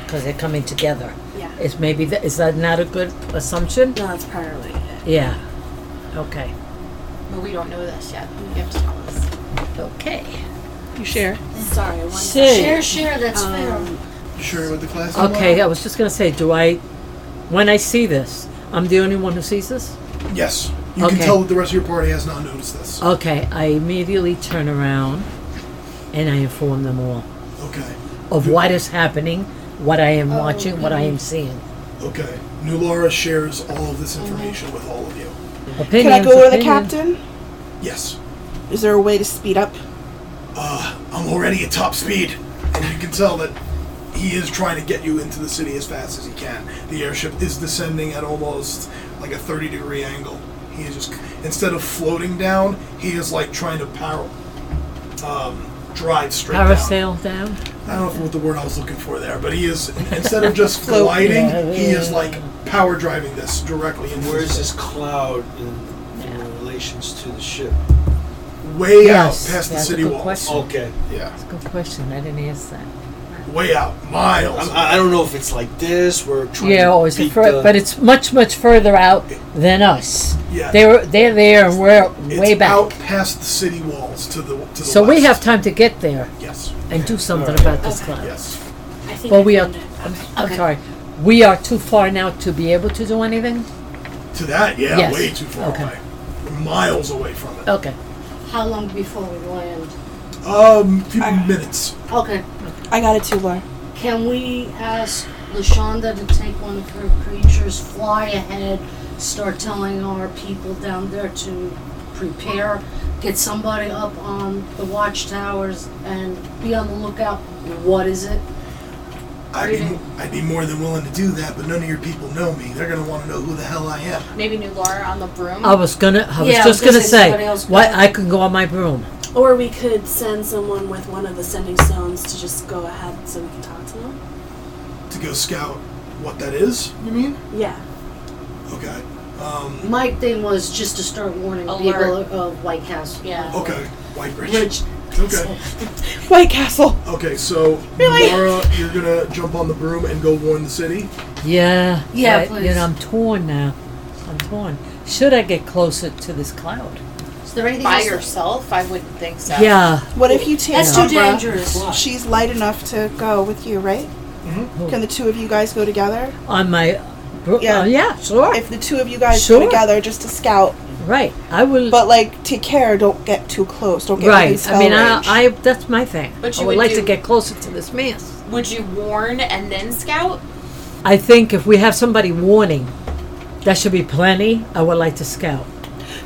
G: because they're coming together.
E: Yeah.
G: Is maybe, that is that not a good assumption?
E: No, that's probably it.
G: Yeah, okay.
D: But we don't know this yet. You have to tell us.
G: Okay.
B: You share.
E: Sorry, one
C: Share, share, that's fair.
A: You sure with the class? is
G: Okay, I
A: allowed?
G: was just gonna say, do I, when I see this, I'm the only one who sees this?
A: Yes. You can
G: Okay.
A: tell that the rest of your party has not noticed this.
G: Okay, I immediately turn around and I inform them all
A: Okay.
G: of what is happening, what I am watching, what I am seeing.
A: Okay. New Laura shares all of this information with all of you.
B: Can I
G: Opinions,
B: go to the
G: opinions.
B: captain?
A: Yes.
B: Is there a way to speed up?
A: Uh, I'm already at top speed, and you can tell that he is trying to get you into the city as fast as he can. The airship is descending at almost like a 30 degree angle. He is just instead of floating down, he is like trying to power, um, drive straight down.
G: Parasail down?
A: I don't know what the word I was looking for there, but he is instead of just
B: Float.
A: gliding,
G: Yeah,
A: he is
G: yeah.
A: like power driving this directly into
H: Where's
A: the-
H: this cloud in, in relations to the ship?
A: way
G: Yes,
A: out past the
G: that's a
A: city
G: good
A: walls.
G: question.
H: Okay.
A: Yeah,
G: Good question, I didn't ask that.
A: way out, miles.
H: I'm, I I don't know if it's like this. We're trying
G: Yeah,
H: to
G: or is it
H: beat
G: fur-
A: uh,
H: the,
G: but it's much, much further out than us.
A: Yeah.
G: They're, they're there and we're
A: It's
G: way
A: out
G: back.
A: past the city walls to the to the
G: So we
A: west.
G: have time to get there
A: yes,
G: and do something about this cloud.
A: yes.
C: I think
G: Well,
C: I
G: we are,
C: found it.
G: I'm, I'm sorry, we are too far now to be able to do anything?
A: To that, yeah,
G: Yes.
A: way too far
G: Okay. Oh.
A: away. We're miles away from it.
G: Okay,
C: How long before we land?
A: Um, few minutes.
C: Okay,
B: I got it too, Laura.
C: can we ask Lashonda to take one of her creatures, fly ahead, start telling our people down there to prepare, get somebody up on the watchtowers and be on the lookout? What is it?
A: I'd be,
C: Reading.
A: I'd be more than willing to do that, but none of your people know me. They're gonna want to know who the hell I am.
D: Maybe New Laura on the broom.
G: I was gonna, I was
C: Yeah, I was
G: just
C: gonna
G: gonna
C: say somebody
G: say,
C: else go
G: what,
C: ahead.
G: I can go on my broom.
E: Or we could send someone with one of the sending stones to just go ahead so we can talk to them.
A: To go scout what that is. You mean?
E: Yeah.
A: Okay. Um.
C: My thing was just to start warning
D: Alert.
C: people of White Castle.
D: Yeah.
A: Okay. White Bridge.
C: Rich.
A: Okay.
B: White Castle.
A: Okay. So, Laura, you're gonna jump on the broom and go warn the city.
G: Yeah.
C: Yeah,
G: but, You
C: please.
G: know, I'm torn now. I'm torn. Should I get closer to this cloud?
C: Is there anything
D: By
C: else that-
D: yourself? I wouldn't think so.
G: Yeah.
B: What if you take
C: That's too
B: Umbra?
C: dangerous. Mm-hmm.
B: She's light enough to go with you, right? Can the two of you guys go together?
G: On my broom.
B: Yeah.
G: Yeah. yeah. Sure.
B: If the two of you guys
G: Sure.
B: go together just to scout,
G: right. I will.
B: but like take care, don't get too close, don't get within
G: right.
B: spell
G: I mean, I,
B: range.
G: I. That's my thing.
D: But
G: I
D: you
G: would
D: would
G: like to
D: do-
G: get closer to this mass.
D: Would you warn and then scout?
G: I think if we have somebody warning, that should be plenty. I would like to scout.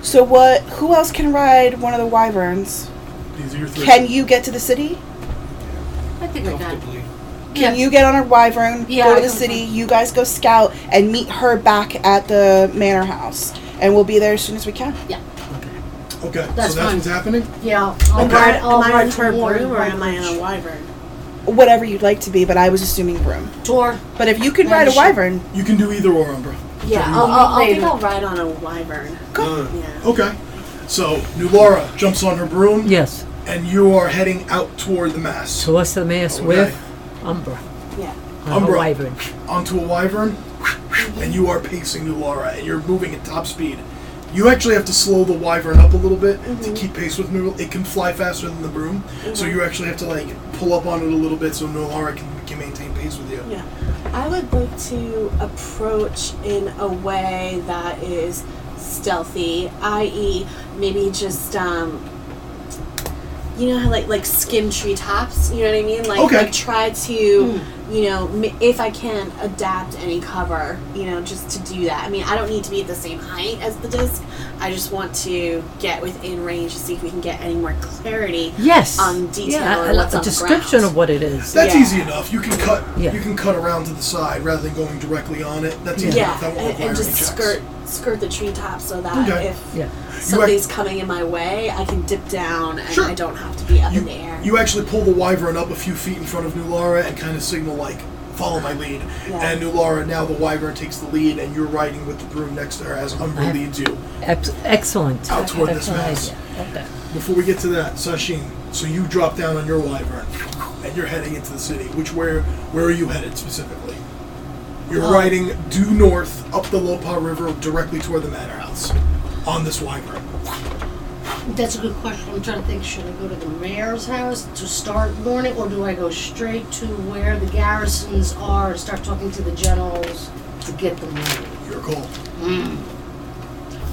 B: so what? Who else can ride one of the wyverns?
A: These are your three.
B: Can you get to the city?
C: I think I got it.
H: comfortably.
B: Can you get on a wyvern,
C: Yeah,
B: go
C: I
B: to the
C: can-
B: city, you guys go scout, and meet her back at the manor house? And we'll be there as soon as we can.
A: Okay,
C: That's
A: so that's
C: fine.
A: what's happening.
C: Yeah. I'll
A: Okay.
C: ride, I'll
E: Am I
C: ride
E: on her
C: to warn
E: broom or
C: White
E: am I on
C: Bridge.
E: a wyvern?
B: Whatever you'd like to be, but I was assuming broom.
C: Tor,
B: But if you could
C: Yeah,
B: ride a
C: sure.
B: wyvern,
A: You can do either or, Umbra.
E: Yeah,
A: you
E: I'll,
C: want?
E: I'll, I'll think
C: Maybe.
E: I'll ride on a wyvern.
H: No, no,
E: Yeah.
A: Okay. So New Laura jumps on her broom,
G: Yes.
A: and you are heading out toward the mass
G: So what's the mass
A: Okay.
G: with Umbra? Uh,
E: Yeah.
G: on her
A: Umbra.
G: wyvern.
A: onto a wyvern, and you are pacing New Laura, and you're moving at top speed. You actually have to slow the wyvern up a little bit
E: Mm-hmm.
A: to keep pace with New. It can fly faster than the broom, so you actually have to like pull up on it a little bit so New Laura can, can maintain pace with you.
E: Yeah. I would like to approach in a way that is stealthy, i.e., maybe just um, you know how like like skim treetops. You know what I mean? Like,
A: Okay. Hmm.
E: like try to you know m- if I can adapt any cover. You know, just to do that. I mean, I don't need to be at the same height as the disc. I just want to get within range to see if we can get any more clarity.
G: Yes.
E: Um, detail
G: Yeah,
E: or
G: I- I-
E: what's
G: a
E: on the
G: description
E: ground.
G: of what it is.
A: That's
E: Yeah.
A: easy enough. You can cut.
G: Yeah.
A: You can cut around to the side rather than going directly on it. That's easy
E: Yeah,
A: enough. That
E: and,
A: won't require
E: and
A: any
E: just
A: checks.
E: skirt skirt the treetop so that
A: Okay.
E: if
G: Yeah.
E: something's coming in my way, I can dip down and
A: Sure.
E: I don't have to be up
A: You,
E: in the air.
A: you actually pull the wyvern up a few feet in front of Nulara and kind of signal like follow my lead.
E: Yeah.
A: And Nulara, now the wyvern takes the lead, and you're riding with the broom next to her as Umbra leads you
G: Ex- excellent.
A: out toward this
G: Excellent
A: mouse.
G: idea. Okay.
A: Before we get to that, Sashin, so you drop down on your wyvern, and you're heading into the city. Which where where are you headed specifically? You're riding due north up the Lopa River directly toward the manor house on this wyvern.
C: That's a good question. I'm trying to think. Should I go to the mayor's house to start morning, or do I go straight to where the garrisons are and start talking to the generals to get the money?
A: Your call.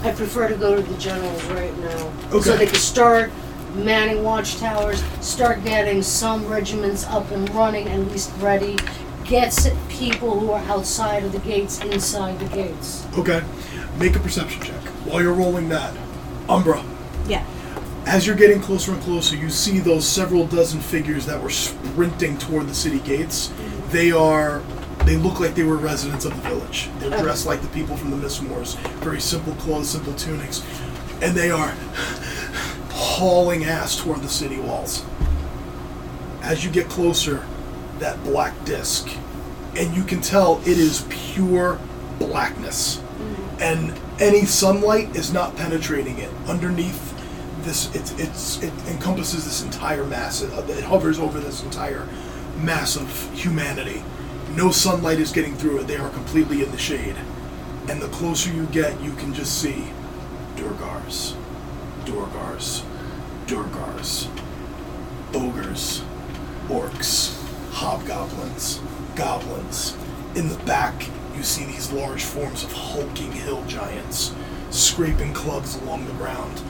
C: I prefer to go to the generals right now, so
A: Okay.
C: they can start manning watchtowers, start getting some regiments up and running, at least ready. Gets people who are outside of the gates inside the gates.
A: Okay. Make a perception check. While you're rolling that, Umbra,
E: Yeah.
A: as you're getting closer and closer, you see those several dozen figures that were sprinting toward the city gates. They are. They look like they were residents of the village. They're dressed like the people from the Mismoors. Very simple clothes, simple tunics. And they are hauling ass toward the city walls. As you get closer, that black disc, and you can tell it is pure blackness and any sunlight is not penetrating it. Underneath this, it's it's it encompasses this entire mass. It, uh, it hovers over this entire mass of humanity. No sunlight is getting through it. They are completely in the shade. And the closer you get, you can just see Durgars, Durgars, Durgars, ogres, orcs, hobgoblins, goblins. In the back, you see these large forms of hulking hill giants, scraping clubs along the ground.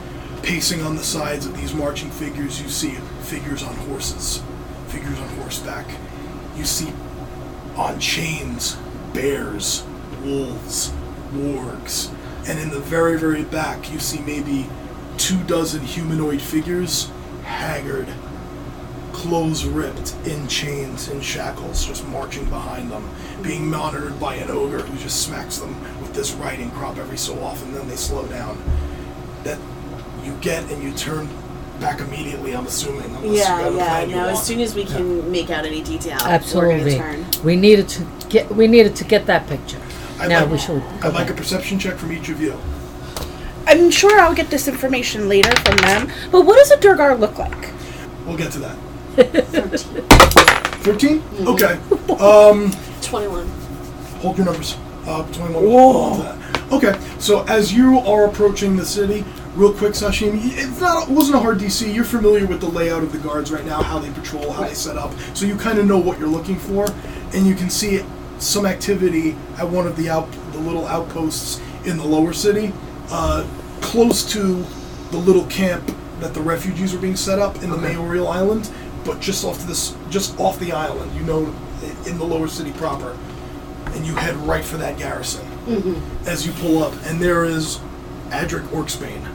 A: Pacing on the sides of these marching figures, you see figures on horses, figures on horseback. You see on chains, bears, wolves, wargs, and in the very, very back, you see maybe two dozen humanoid figures, haggard, clothes ripped, in chains, in shackles, just marching behind them, being monitored by an ogre who just smacks them with this riding crop every so often, then they slow down. That you get and you turn back immediately, I'm assuming. Unless you
E: Yeah,
A: got a
E: yeah.
A: plan you
E: No,
A: want.
E: as soon as we can make out any detail, we're
G: Absolutely.
E: gonna turn.
G: We needed to get. We needed to get that picture.
A: I'd
G: now
A: like-
G: we shall. go
A: I'd like a
G: back.
A: perception check from each of you.
B: I'm sure I'll get this information later from them. But what does a Durgar look like?
A: We'll get to that. 13? Okay. Um,
E: Twenty-one.
A: hold your numbers. Uh, 21. Okay, so as you are approaching the city, real quick, Sashimi, it's not, it wasn't a hard DC. You're familiar with the layout of the guards right now, how they patrol, how they set up, so you kind of know what you're looking for, and you can see some activity at one of the out, the little outposts in the lower city, uh, close to the little camp that the refugees were being set up in the Mayoral Island, but just off to this, just off the island, you know, i- in the lower city proper and you head right for that garrison as you pull up, and there is Adric Orksbane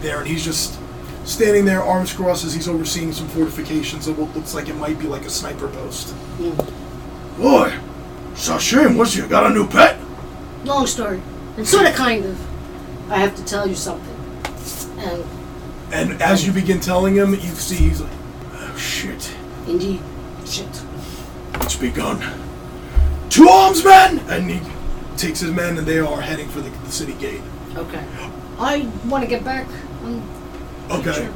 A: there, and he's just standing there, arms crossed, as he's overseeing some fortifications of what looks like it might be like a sniper post. Boy, it's a shame. What's you got a new pet?
C: Long story. Sort of, kind of. I have to tell you something. And
A: And as you begin telling him, you see he's like, oh shit,
C: indeed, shit.
A: it's begun. To arms, men! And he takes his men, and they are heading for the, the city gate.
C: Okay. I want to get back and
A: Okay.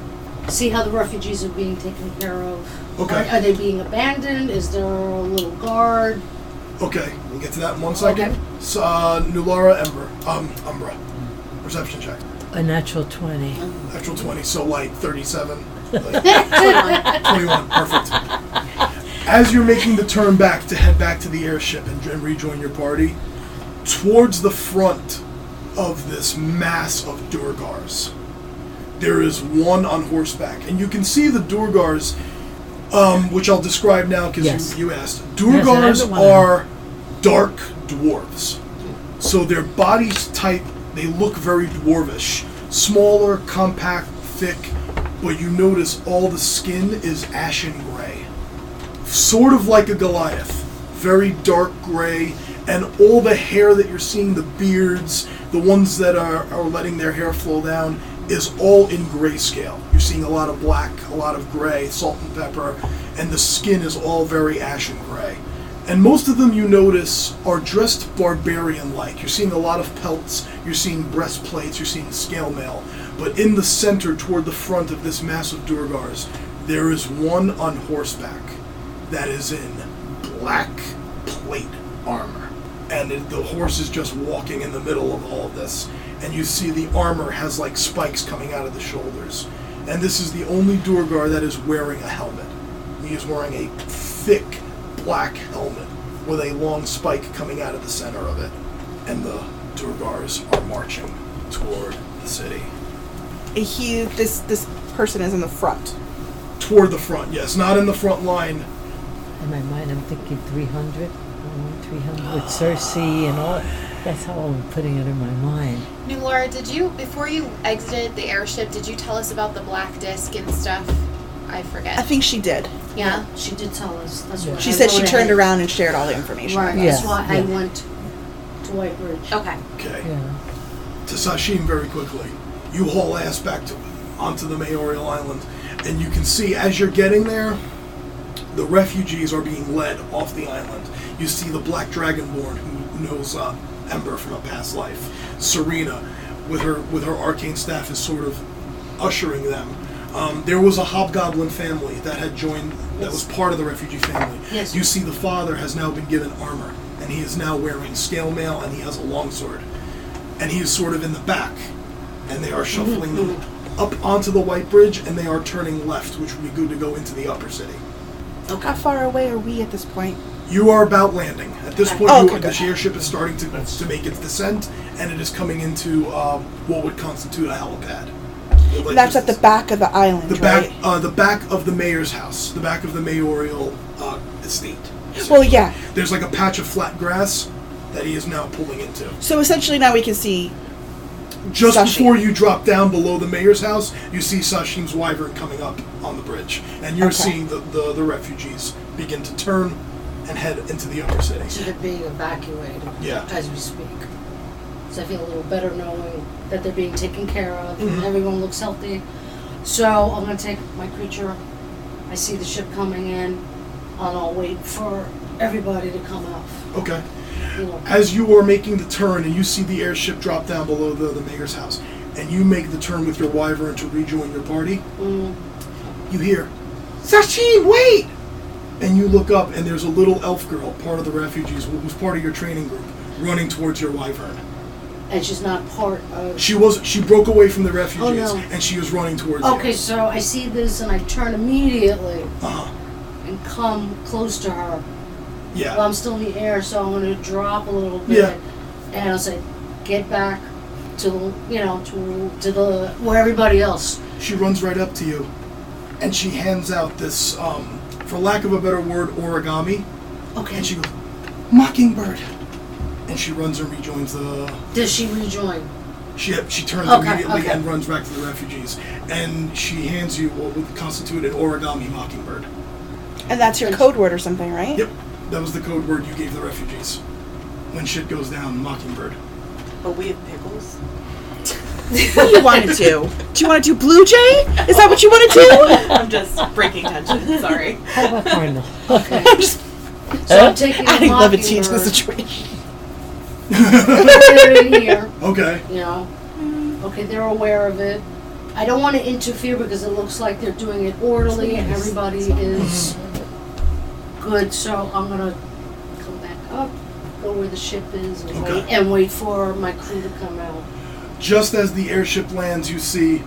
C: see how the refugees are being taken care of.
A: Okay.
C: Are, are they being abandoned? Is there a little guard?
A: Okay, we'll get to that in one second.
C: Okay.
A: S uh, Nulara Ember, um, Umbra, perception check.
G: a natural twenty.
A: Actual twenty, so like thirty-seven, like twenty-one, perfect. As you're making the turn back to head back to the airship and, and rejoin your party, towards the front of this mass of Durgars, there is one on horseback, and you can see the Durgars, um, which I'll describe now because
G: Yes.
A: you, you asked.
G: Yes, and I
A: Durgars
G: don't wanna-
A: are dark dwarves. So their body type, they look very dwarvish. Smaller, compact, thick, but you notice all the skin is ashen gray. Sort of like a Goliath. Very dark gray, and all the hair that you're seeing, the beards, the ones that are, are letting their hair flow down, is all in grayscale. You're seeing a lot of black, a lot of gray, salt and pepper, and the skin is all very ashen gray And most of them you notice are dressed barbarian like. You're seeing a lot of pelts, you're seeing breastplates, you're seeing scale mail. But in the center, toward the front of this mass of Durgars, there is one on horseback that is in black plate armor. And it, the horse is just walking in the middle of all of this. And you see the armor has like spikes coming out of the shoulders. And this is the only Durgar that is wearing a helmet. He is wearing a thick black helmet with a long spike coming out of the center of it. And the Durgars are marching toward the city.
B: He this this person is in the front.
A: Toward the front, yes. Not in the front line.
G: In my mind, I'm thinking 300, mm, 300 with Cersei and all. That's how I'm putting it in my mind.
D: New Laura, did you before you exited the airship? Did you tell us about the black disc and stuff? I forget.
B: I think she did.
D: yeah.
C: She did tell us. That's why
B: She
C: I
B: said she
C: voted.
B: turned around and shared all the information.
C: Right.
G: Yes,
C: That's why I
G: yeah.
C: went to White Ridge.
D: Okay.
A: Okay.
G: Yeah.
A: to Sashin very quickly. You haul ass back to, onto the Mayoral Island, and you can see as you're getting there, the refugees are being led off the island. You see the Black Dragonborn who knows uh, Ember from a past life. Serena, with her with her arcane staff, is sort of ushering them. Um, there was a hobgoblin family that had joined, that was part of the refugee family.
C: Yes.
A: You see, the father has now been given armor, and he is now wearing scale mail, and he has a longsword and he is sort of in the back, and they are
B: Mm-hmm.
A: shuffling them up onto the White Bridge, and they are turning left, which would be good to go into the upper city.
B: How far away are we at this point?
A: You are about landing. At this point,
B: Oh,
A: you-
B: okay,
A: the
B: good.
A: airship is starting to, to make its descent, and it is coming into um, what would constitute a helipad. Like
B: That's
A: this-
B: at the back of the island,
A: The
B: right?
A: back, uh, the back of the mayor's house, the back of the mayoral uh, estate.
B: well, yeah.
A: There's like a patch of flat grass that he is now pulling into.
B: So essentially, now we can see.
A: Just
B: Sashi.
A: before you drop down below the mayor's house, you see Sashim's wyvern coming up on the bridge, and you're
B: Okay.
A: seeing the, the, the refugees begin to turn and head into the upper
C: So
A: city.
C: they're being evacuated
A: Yeah.
C: as we speak. So I feel a little better knowing that they're being taken care of
B: Mm-hmm.
C: and everyone looks healthy. So I'm gonna take my creature. I see the ship coming in, and I'll wait for everybody to come out.
A: Okay.
C: You know,
A: As you are making the turn and you see the airship drop down below the, the mayor's house, and you make the turn with your wyvern to rejoin your party,
C: mm,
A: you hear, Sashim, wait! And you look up, and there's a little elf girl, part of the refugees, who was part of your training group, running towards your wyvern.
C: and she's not part of.
A: She was she broke away from the refugees,
C: no.
A: and she was running towards you.
C: Okay, so I see this and I turn immediately
A: Uh-huh.
C: and come close to her.
A: Yeah.
C: But I'm still in the air, so I'm going to drop a little bit.
A: Yeah.
C: And I'll say, get back to the, you know, to, to the, where everybody else.
A: she runs right up to you and she hands out this, um, for lack of a better word, origami.
C: Okay.
A: And she goes, Mockingbird. And she runs and rejoins the.
C: Does she rejoin?
A: She, she turns
C: Okay,
A: immediately
C: okay.
A: and runs back to the refugees. And she hands you what would constitute an origami mockingbird.
B: And that's your code word or something, right?
A: Yep, that was the code word you gave the refugees. When shit goes down, mockingbird.
F: But we have pickles.
B: What do you want to do? Do you want to do Blue Jay? Is that what you want to do?
F: I'm just breaking tension. Sorry.
G: How about Cardinal?
B: I'm just,
C: So I'm taking
B: I
C: a
B: love it teach the
C: mockingbird,
B: situation.
C: put it in here,
A: Okay.
C: you know. Okay, they're aware of it. I don't want to interfere because it looks like they're doing it orderly and everybody is good, so I'm gonna come back up, go where the ship is and
A: Okay.
C: wait, and wait for my crew to come out.
A: Just as the airship lands, you see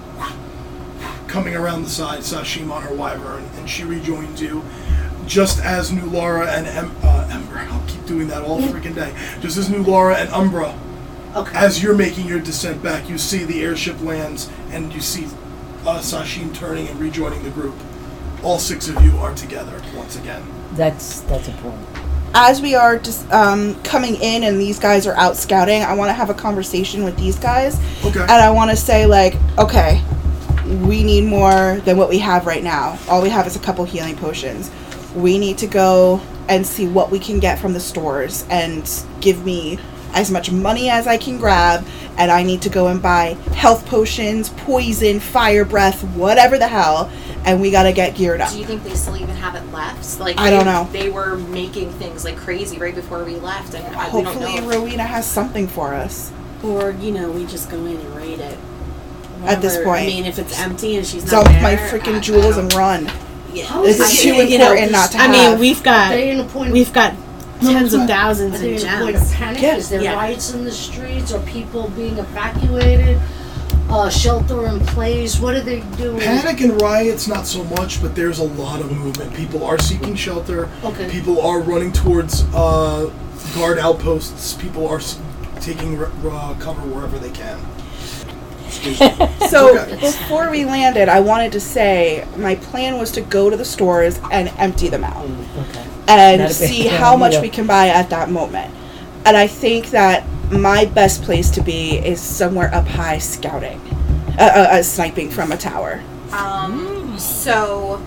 A: coming around the side Sashim on her wyvern, and she rejoins you. Just as New Lara and em- uh, Ember, I'll keep doing that all freaking day. Just as New Lara and Umbra,
C: Okay.
A: as you're making your descent back, you see the airship lands, and you see uh, Sashim turning and rejoining the group. All six of you are together once again.
G: That's that's a problem.
B: As we are just um, coming in and these guys are out scouting, I want to have a conversation with these guys.
A: Okay.
B: And I want to say, like, okay, we need more than what we have right now. All we have is a couple healing potions. We need to go and see what we can get from the stores and give me as much money as I can grab, and I need to go and buy health potions, poison, fire breath, whatever the hell, and we gotta get geared up.
D: Do you think they still even have it left? Like
B: I
D: they,
B: don't know.
D: They were making things like crazy right before we left, and I, we don't
B: Hopefully,
D: know.
B: Rowena has something for us.
E: Or, you know, we just go in and raid it.
B: At this
E: Whatever. I
B: point.
E: mean, if it's empty and she's not
B: Dump
E: there,
B: my
E: I- I
B: freaking jewels and run.
E: Yeah.
B: This
C: I
B: is too
E: You know,
B: important not to
E: I
B: have.
E: mean, we've got
C: They in a point.
E: we've got
A: No,
E: tens
A: it's
E: of
A: not.
E: thousands
C: Are
E: in
C: they in a point of
E: gems.
C: panic?
B: Yeah.
C: Is there
E: Yeah.
C: riots in the streets? Are people being evacuated? Uh, shelter in place? What are they doing?
A: Panic and riots, not so much, but there's a lot of movement. People are seeking shelter.
C: Okay.
A: People are running towards uh, guard outposts. People are s- taking r- uh, cover wherever they can. Excuse me.
B: So
A: Okay.
B: before we landed, I wanted to say my plan was to go to the stores and empty them out
G: Mm, Okay.
B: and
G: Not a bad
B: see
G: plan
B: how much
G: either.
B: we can buy at that moment. And I think that my best place to be is somewhere up high scouting, uh, uh, uh, sniping from a tower.
D: Um, so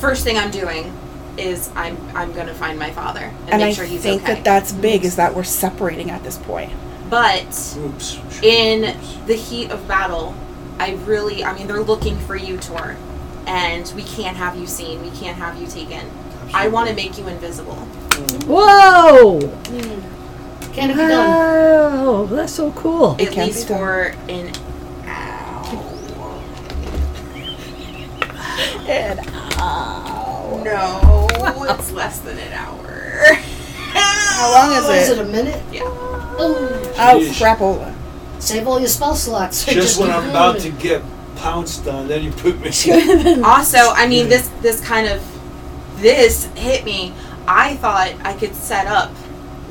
D: first thing I'm doing is I'm I'm gonna find my father and,
B: And
D: make
B: I
D: sure he's
B: think
D: okay.
B: that that's big, is that we're separating at this point.
D: but
H: Oops.
D: in the heat of battle, I really I mean they're looking for you, Tor, and we can't have you seen. We can't have you taken. I want to make you invisible.
G: Whoa!
C: Can it be done?
G: Wow, Oh, that's so cool.
B: It
D: at
B: can
D: least
B: be done.
D: for an hour. No, it's less than an hour.
B: How long is
C: Or is
B: it?
C: it a minute?
D: Yeah.
C: Oh,
B: Oh,
H: Jeez.
B: crapola.
C: save all your spell slots.
H: Just when
C: keep
H: I'm about to
C: doing
H: get pounced on, then you put me.
D: Also, I mean this this kind of this hit me. I thought I could set up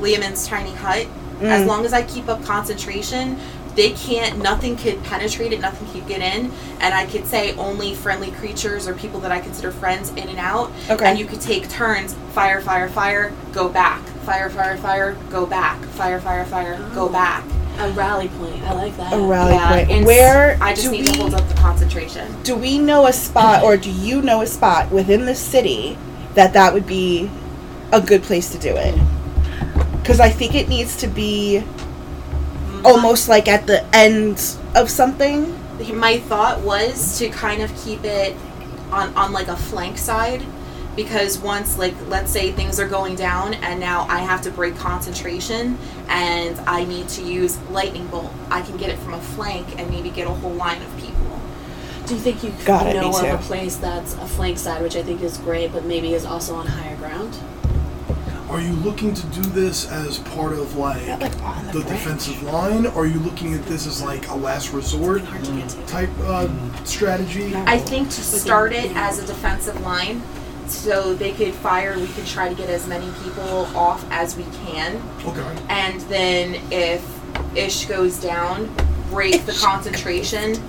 D: Liamon's tiny hut as
B: Mm.
D: long as I keep up concentration. They can't. Nothing could penetrate it. Nothing could get in. And I could say only friendly creatures or people that I consider friends in and out.
B: Okay.
D: And you could take turns. Fire, fire, fire. Go back. Fire, fire, fire. Go back. Fire, fire, fire. Go back.
E: A rally point. I like that.
B: a Oh, rally point.
D: and s-
B: Where
D: I just
B: do
D: need
B: we,
D: to hold up the concentration.
B: do we know a spot or do you know a spot within the city that that would be a good place to do it because i think it needs to be almost like at the end of something
D: my thought was to kind of keep it on on like a flank side because once like let's say things are going down and now I have to break concentration and I need to use lightning bolt. I can get it from a flank and maybe get a whole line of people.
E: Do you think you could
B: Got it,
E: know
B: me
E: of a
B: too.
E: place that's a flank side, which I think is great, but maybe is also on higher ground?
A: Are you looking to do this as part of like,
B: on the
A: the defensive line? Or are you looking at this as like a last resort type uh, strategy?
D: I think to start it as a defensive line so they could fire, we could try to get as many people off as we can.
A: Okay.
D: and then if Ish goes down, break the concentration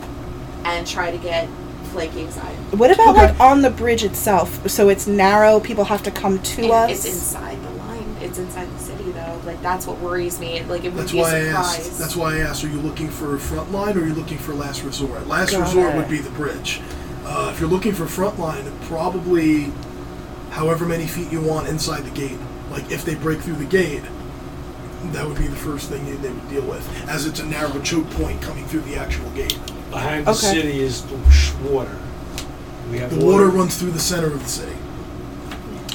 D: and try to get flaky inside.
B: what about
A: Okay.
B: like on the bridge itself so it's narrow people have to come to
D: And
B: us
D: It's inside the line. It's inside the city though. Like that's what worries me. Like it would
A: That's
D: be a
A: why I
D: surprise.
A: asked. That's why I asked. Are you looking for front line or are you looking for last resort? Last
B: Got
A: resort
B: it.
A: would be the bridge. Uh, if you're looking for front line, probably however many feet you want inside the gate. Like if they break through the gate, that would be the first thing they, they would deal with, as it's a narrow choke point coming through the actual gate.
H: Behind the
B: Okay.
H: city is the sh- water. We have
A: The water runs through the center of the city.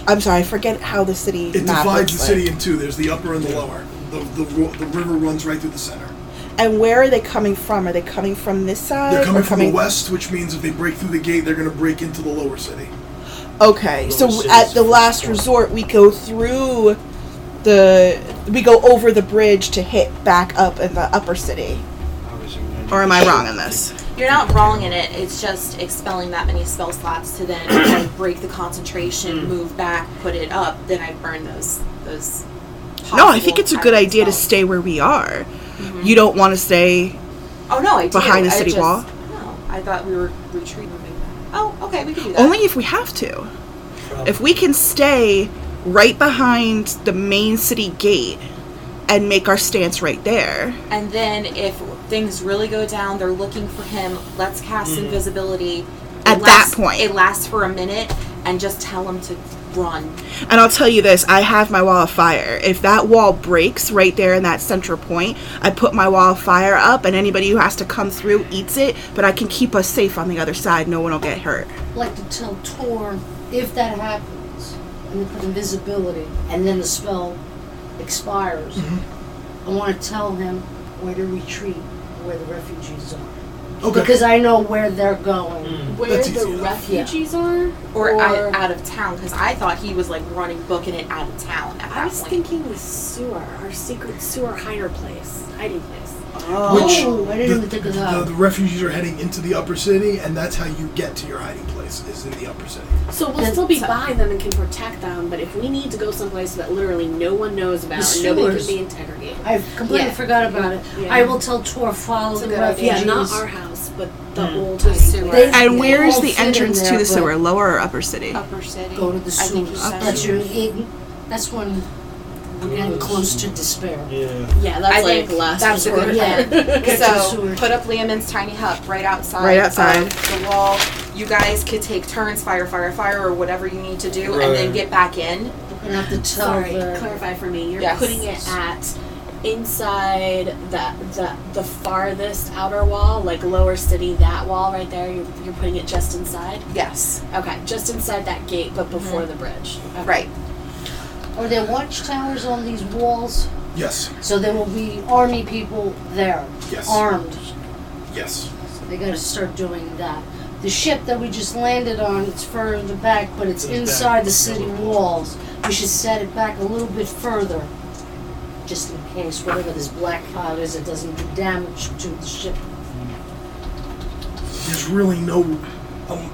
B: i'm sorry i forget how the city
A: It
B: map
A: divides the
B: looks
A: city
B: like.
A: in two. There's the upper and the lower. The, the, ru- the river runs right through the center.
B: and where are they coming from are they coming from this side
A: They're
B: or
A: coming from the west, which means if they break through the gate, they're going to break into the lower city.
B: Okay, so
H: Little
B: at
H: cities.
B: the last resort, we go through the we go over the bridge to hit back up in the upper city. Or am I wrong on this?
D: You're not wrong in it. It's just expelling that many spell slots to then like, break the concentration,
A: Hmm.
D: move back, put it up. Then I burn those those.
B: No, I think
D: possible
B: it's a good
D: active
B: idea to
D: spells.
B: stay where we are. You don't want to stay.
D: Oh no, I do.
B: behind the
D: I
B: city
D: just-
B: wall?
D: No, I thought we were retreating. moving back. Oh, okay, we could do that.
B: Only if we have to. If we can stay right behind the main city gate and make our stance right there.
D: And then if things really go down, Mm. they're looking for him. Let's cast invisibility.
B: At that
D: lasts-
B: point.
D: it lasts for a minute, and just tell him to run.
B: And I'll tell you this I have my wall of fire. If that wall breaks right there in that center point, I put my wall of fire up, and anybody who has to come through eats it, but I can keep us safe on the other side. No one will get hurt.
C: like to tell Tor if that happens, and then put invisibility, and then the spell expires.
H: Mm-hmm.
C: I want to tell him where to retreat, where the refugees are,
A: Okay.
C: because I know where they're
H: Mm.
C: going.
E: Where
A: That's
E: the
A: easy enough.
E: refugees are?
D: Or, out, out of town, because I thought he was like running, booking it out of town at
E: I
D: that
E: was
D: point.
E: thinking the sewer, our secret sewer hider place, hiding place.
A: Which
C: Oh, I didn't
A: the,
C: even think of
A: the,
C: that.
A: the refugees are heading into the upper city, and that's how you get to your hiding place is in the upper city.
E: So we'll
C: Then-
E: still be
C: so-
E: by them and can protect them, but if we need to go someplace that literally no one knows about,
C: The
E: nobody
C: sewers.
E: can be interrogated.
C: I completely
E: Yeah.
C: forgot about it.
E: Yeah.
C: I will tell Tor follow
E: That's a
C: the
E: good idea.
C: refugees.
E: Yeah, not our house, but the old sewer.
C: They-
B: And
C: they
B: where is
C: all
B: the
C: fit in
B: entrance
C: there,
B: to the
C: but
B: sewer? Lower or upper city?
D: Upper City.
C: Go to the
D: I think he
C: sewers.
D: said
C: That's
D: it.
C: your. ig- That's when we're getting close to despair.
H: Yeah.
E: yeah, that's
D: I
E: like
D: think
E: last
D: that's a
E: resort.
D: good
C: Yeah. Get to the
D: So
C: sewers.
D: put up Leomin's tiny hut right outside,
B: Right outside.
D: of the wall. You guys could take turns, fire, fire, fire, or whatever you need to do,
H: Right.
D: and then get back in.
C: We're gonna have to tell
E: Sorry,
C: the-
E: clarify for me. You're
D: Yes.
E: putting it at inside that the the farthest outer wall, like lower city, that wall right there. You're, you're putting it just inside.
D: Yes,
E: Okay, just inside that gate, but before the bridge. Okay.
D: right.
C: Are there watchtowers on these walls?
A: Yes,
C: So there will be army people there,
A: Yes.
C: armed.
A: yes.
C: So they got to start doing that. The ship that we just landed on, it's further back, but it's
H: It's back.
C: inside the city walls. We should set it back a little bit further, just in case whatever this black cloud is, it doesn't do damage to the ship.
A: There's really no. Um,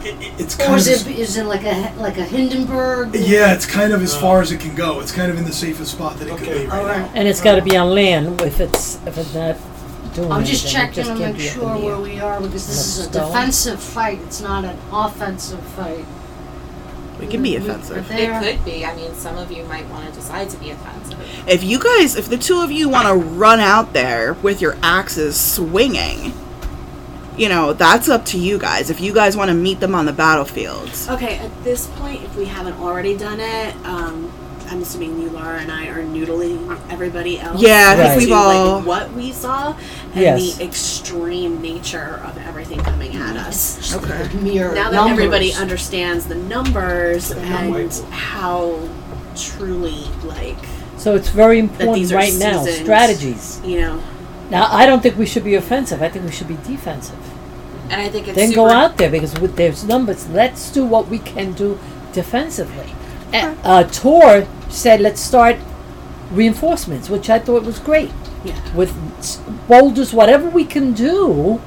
A: it, it- it's kind
C: Or is
A: of.
C: it is it like a like a Hindenburg?
A: yeah, it's kind of as far as it can go. It's kind of in the safest spot that it could
H: Okay.
A: be right
C: All right.
G: And it's got to be on land if it's if it's not doing
C: I'm just
G: anything. It
C: checking to
G: can't
C: make
G: be up in
C: sure
G: the
C: where
G: air.
C: we are because this is a
G: Let's go.
C: defensive fight. It's not an offensive fight.
B: It can be
C: We-
B: offensive.
C: we're there.
D: It could be. I mean, some of you might want to decide to be offensive.
B: If you guys, if the two of you want to run out there with your axes swinging, you know, that's up to you guys. If you guys want to meet them on the battlefield.
E: Okay, at this point, if we haven't already done it, um, I'm assuming you, Laura, and I are noodling everybody else.
B: Yeah,
G: I think Right. we've
E: to,
B: all-
E: like, what we saw and
G: Yes.
E: the extreme nature of everything coming at us.
B: Okay.
C: Mere
E: Now that
C: numbers.
E: everybody understands the numbers and
H: numbers.
E: how truly like
G: So it's very
E: these
G: important
E: are
G: right now.
E: seasons.
G: Strategies.
E: you know
G: Now, I don't think we should be offensive. I think we should be defensive.
D: And I think it's
G: Then
D: super,
G: go out there because with there's numbers. Let's do what we can do defensively. A Uh, Tor said, "Let's start reinforcements," which I thought was great.
E: Yeah.
G: With s- boulders, whatever we can do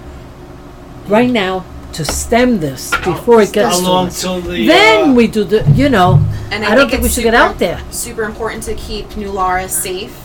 G: right now to stem this before it gets
H: How long
G: to us.
H: till the
G: then
H: uh,
G: we do the, you know,
D: And
G: I, don't
D: it's
G: think we should get
D: super-
G: out there.
D: Super important to keep New Lara safe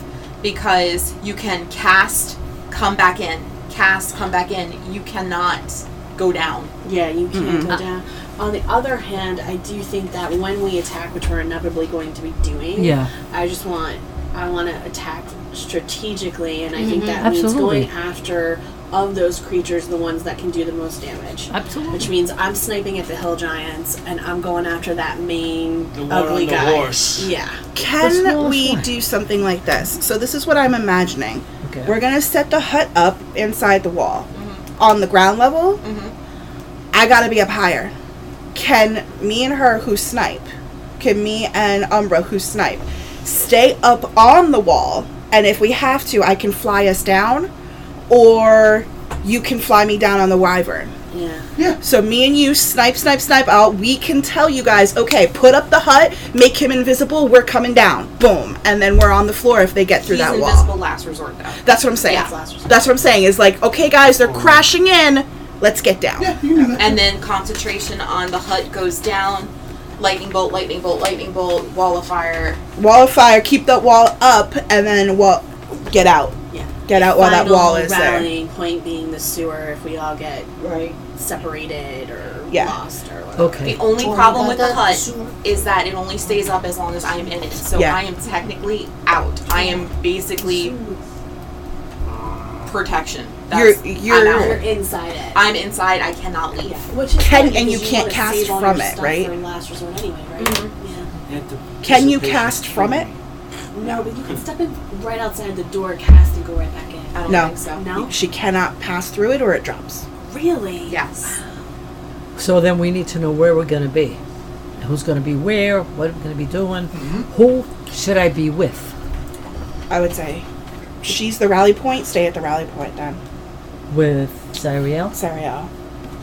D: because you can cast, come back in, cast, come back in. You cannot go down.
E: Yeah, you can
G: Uh,
E: go down. On the other hand, I do think that when we attack, which we're inevitably going to be doing,
G: Yeah.
E: I just want I want to attack strategically, and I think that
G: Mm-hmm. Absolutely.
E: means going after of those creatures the ones that can do the most damage.
G: Absolutely.
E: Which means I'm sniping at the hill giants, and I'm going after that main
H: The one
E: ugly
H: on the
E: guy.
H: horse.
E: Yeah.
G: The
B: Can
G: smallest
B: we
G: one.
B: do something like this? So this is what I'm imagining.
G: Okay.
B: We're gonna set the hut up inside the wall,
D: Mm-hmm.
B: on the ground level. I gotta be up higher. Can me and her who snipe? Can me and Umbra who snipe stay up on the wall? And if we have to, I can fly us down, or you can fly me down on the wyvern.
E: Yeah.
B: So me and you snipe, snipe, snipe out. We can tell you guys, okay, put up the hut, make him invisible. We're coming down. Boom, and then we're on the floor if they get through
D: He's
B: that
D: invisible
B: wall.
D: last resort, though.
B: That's what I'm saying.
D: Yeah, last resort.
B: That's what I'm saying. Is like, okay, guys, they're crashing in. Let's get down.
A: Yeah, you can do that.
D: and then concentration on the hut goes down. Lightning bolt, lightning bolt, lightning bolt, wall of fire.
B: Wall of fire. Keep that wall up, and then wall, get out.
E: Yeah.
B: Get out while that
E: Final
B: wall is there.
E: rallying point being the sewer. If we all get
C: right?
E: separated or
B: Yeah.
E: lost or whatever.
G: Okay.
D: The only
C: Or
D: problem
C: about
D: with
C: that
D: the hut
C: sewer.
D: is that it only stays up as long as I am in it. So
B: Yeah.
D: I am technically out. I am basically protection. You're-
F: That's-
D: you're-
F: I'm out.
E: You're inside it.
D: I'm inside. I cannot leave.
E: Yeah, which is
B: Can-
E: fine,
B: and you
E: because
B: can't
E: wanna
B: cast
E: save all
B: from
E: your
B: it,
E: stuff
B: right? Mm-hmm.
E: for last resort anyway, right? Yeah.
H: And the
B: Can you
H: participation
B: cast from it?
E: No, but you can step in right outside the door, cast, and go right back in.
F: I don't
B: No.
F: think so.
E: No,
B: She cannot pass through it or it drops.
E: really?
F: Yes.
G: So then we need to know where we're going to be, who's going to be where, what I'm going to be doing,
E: Mm-hmm.
G: who should I be with?
B: I would say she's the rally point. Stay at the rally point then.
G: With Zariel?
B: Sariel.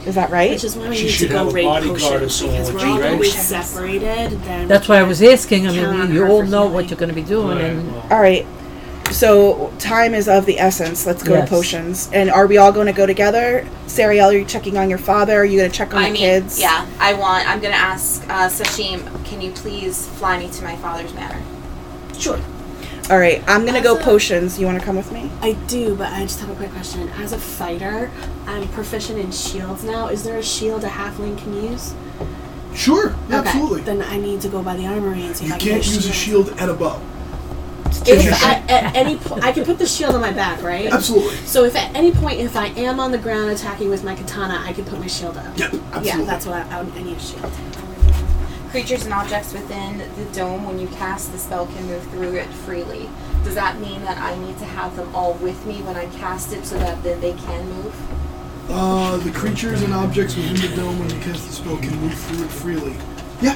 B: Is that right?
E: Which is why we
H: She
E: need to
H: should
E: go
H: have a
E: raid
H: bodyguard
E: potion
H: or someone
E: because
H: with
E: we're all
H: you, right?
E: always separated. Then
G: That's why I was asking. I mean,
E: Count
G: you,
E: on
G: you
E: her
G: all
E: for
G: know what
E: healing.
G: you're going to be doing,
H: Right,
G: and
H: well,
B: all right. So time is of the essence. Let's go
G: Yes.
B: to potions. And are we all going to go together? Sariel, are you checking on your father? Are you going to check on
D: I
B: the
D: mean,
B: kids?
D: yeah. I want. I'm gonna ask uh, Sashim. Can you please fly me to my father's manor?
E: sure.
B: All right. I'm going to go
E: Also-
B: potions. You want to come with me?
E: I do, but I just have a quick question. As a fighter, I'm proficient in shields now. Is there a shield a halfling can use?
A: Sure, absolutely.
E: Then I need to go by the armory and see
A: You
E: if I
A: can't
E: can
A: use a shield and a bow.
E: If I, at any point, I can put the shield on my back, right?
A: Absolutely.
E: So if at any point, if I am on the ground attacking with my katana, I can put my shield up.
A: Yep, absolutely.
E: Yeah, that's what I, I, would- I need a shield.
D: Creatures and objects within the dome, when you cast the spell, can move through it freely. Does that mean that I need to have them all with me when I cast it so that then they can move?
A: Uh, the creatures and objects within the dome when you cast the spell can move through it freely. Yeah,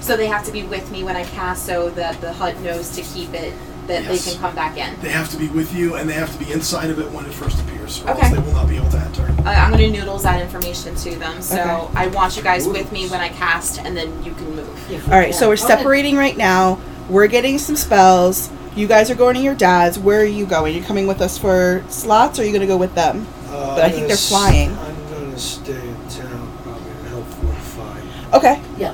D: So they have to be with me when I cast so that the hut knows to keep it, that
A: Yes.
D: they can come back in.
A: they have to be with you, and they have to be inside of it when it first appears, or else
D: Okay.
A: they will not be able to enter.
D: I- Uh, I'm going to noodles that information to them. So
B: Okay.
D: I want you guys with me when I cast, and then you can move.
B: All right, so we're separating right now. We're getting some spells. You guys are going to your dad's. Where are you going? You're coming with us for slots, or are you going to go with them?
H: Uh,
B: But I
H: I'm
B: think
H: gonna
B: they're
H: s-
B: flying.
H: I'm gonna stay in town probably to help fortify.
B: Okay.
C: Yeah.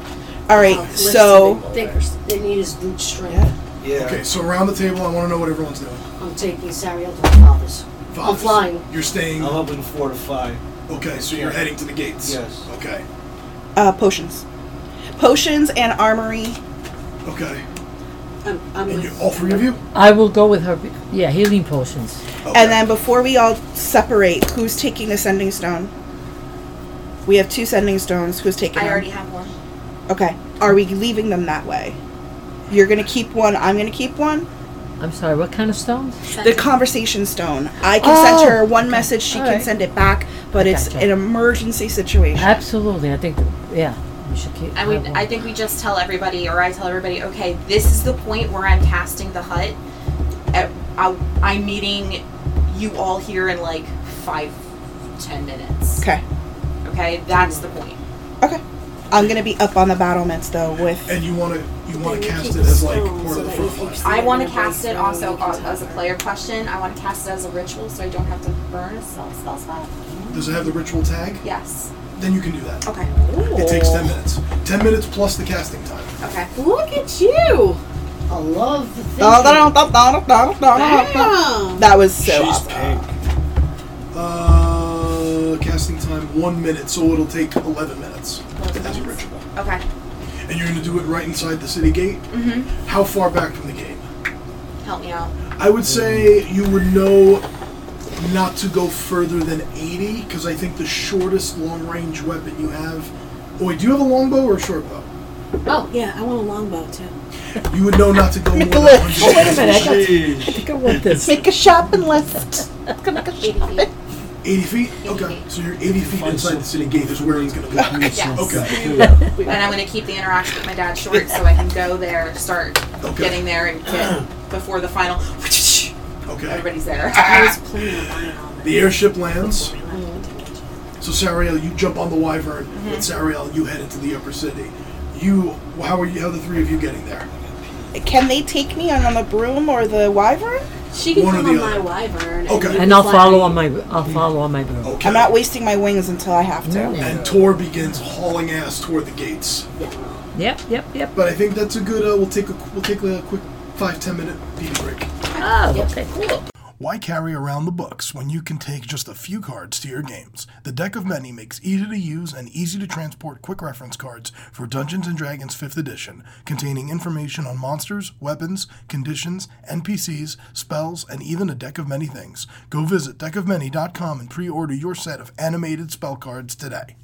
B: All right.
C: Listen,
B: So
C: they, they, they need his boot strength.
H: Yeah.
A: Okay, so around the table, I want to know what everyone's doing.
C: I'm taking Sariel to my father's. I'm
A: Vox,
C: flying.
A: You're staying.
B: Oh.
H: I'll help him fortify.
A: Okay, so you're heading to the gates.
H: Yes.
A: Okay.
B: uh, potions, potions and armory.
A: Okay.
E: I'm, I'm
A: And you,
E: with-
A: all three of you.
G: I will go with her. be- Yeah, healing potions.
A: Okay.
B: And then before we all separate, who's taking the sending stone? We have two sending stones. Who's taking?
D: I
B: them?
D: already have one.
B: Okay. Are we leaving them that way? You're gonna keep one. I'm gonna keep one.
G: I'm sorry, what kind of stones?
B: The conversation stone. I can
G: Oh,
B: send her one message. She
G: All
B: can
G: right.
B: send it back, but
G: Okay,
B: it's
G: okay.
B: an emergency situation.
G: Absolutely, I think, yeah, we should keep.
D: And we,
G: have one.
D: I think we just tell everybody, or I tell everybody, okay, this is the point where I'm casting the hut. Uh, I, I'm meeting you all here in like five, ten minutes.
B: Okay.
D: Okay, that's the point.
B: Okay. I'm gonna be up on the battlements though with
A: And you want to you want
E: Then
A: to cast
E: you
A: it
E: keep the
A: as like
E: stone
A: part
E: so
A: of the
E: that you
A: front
E: keep
A: line.
E: some-
D: I
E: Yeah,
D: want to
E: no
D: cast
E: voice,
D: it
E: no,
D: also
E: you can
D: uh, as a
E: tell.
D: player question. I want to cast it as a ritual, so I don't have to burn a spell spell slot.
A: Does it have the ritual tag?
D: Yes.
A: Then you can do that.
D: Okay.
B: Oh.
A: It takes ten minutes. Ten minutes plus the casting time.
D: Okay.
E: Look at you!
C: I love the thing.
E: Damn.
B: that was so
H: She's
B: awesome.
H: pink.
A: Uh, casting time one minute, so it'll take eleven minutes as a ritual.
D: Okay.
A: And you're gonna do it right inside the city gate. Mm-hmm. How far back from the gate?
D: Help me out.
A: I would say you would know not to go further than eighty, because I think the shortest long-range weapon you have. Oh, wait, do you have a longbow or a shortbow?
E: Oh yeah, I want a longbow too.
A: You would know not to go more than
B: Nicholas,
A: 100
B: wait a minute, I got-
G: I
H: Jeez.
G: think I want this.
B: Make a shopping list. Let's go make a shopping.
A: Eighty feet. Okay, so you're eighty feet
H: Find
A: inside the city gate is where he's gonna go.
D: Yes.
A: Okay.
D: And I'm going to keep the interaction with my dad short, so I can go there, start
A: Okay.
D: getting there, and get before the final.
A: Okay.
D: Everybody's there.
E: I was planning on buying all
A: The airship lands.
E: this.
A: So Sariel, you jump on the Wyvern. With Sariel, you head into the upper city. You, how are you? How are the three of you getting there?
B: Can they take me on, on the broom or the wyvern?
E: She can
A: One or
E: come
A: the
E: on
A: other.
E: my wyvern.
A: Okay.
E: you
G: And
E: can
G: I'll
E: fly
G: follow
E: me.
G: on my, I'll follow on my
E: Oh.
G: broom.
A: Okay.
B: I'm not wasting my wings until I have to.
G: Mm.
A: and Tor begins hauling ass toward the gates.
G: Yep, yep, yep.
A: But I think that's a good. Uh, we'll take a we'll take a quick five ten minute beat break.
G: Oh, okay, cool.
A: Why carry around the books when you can take just a few cards to your games? The Deck of Many makes easy to use and easy to transport quick reference cards for Dungeons and Dragons 5th edition, containing information on monsters, weapons, conditions, NPCs, spells, and even a deck of many things. Go visit deckofmany.com and pre-order your set of animated spell cards today.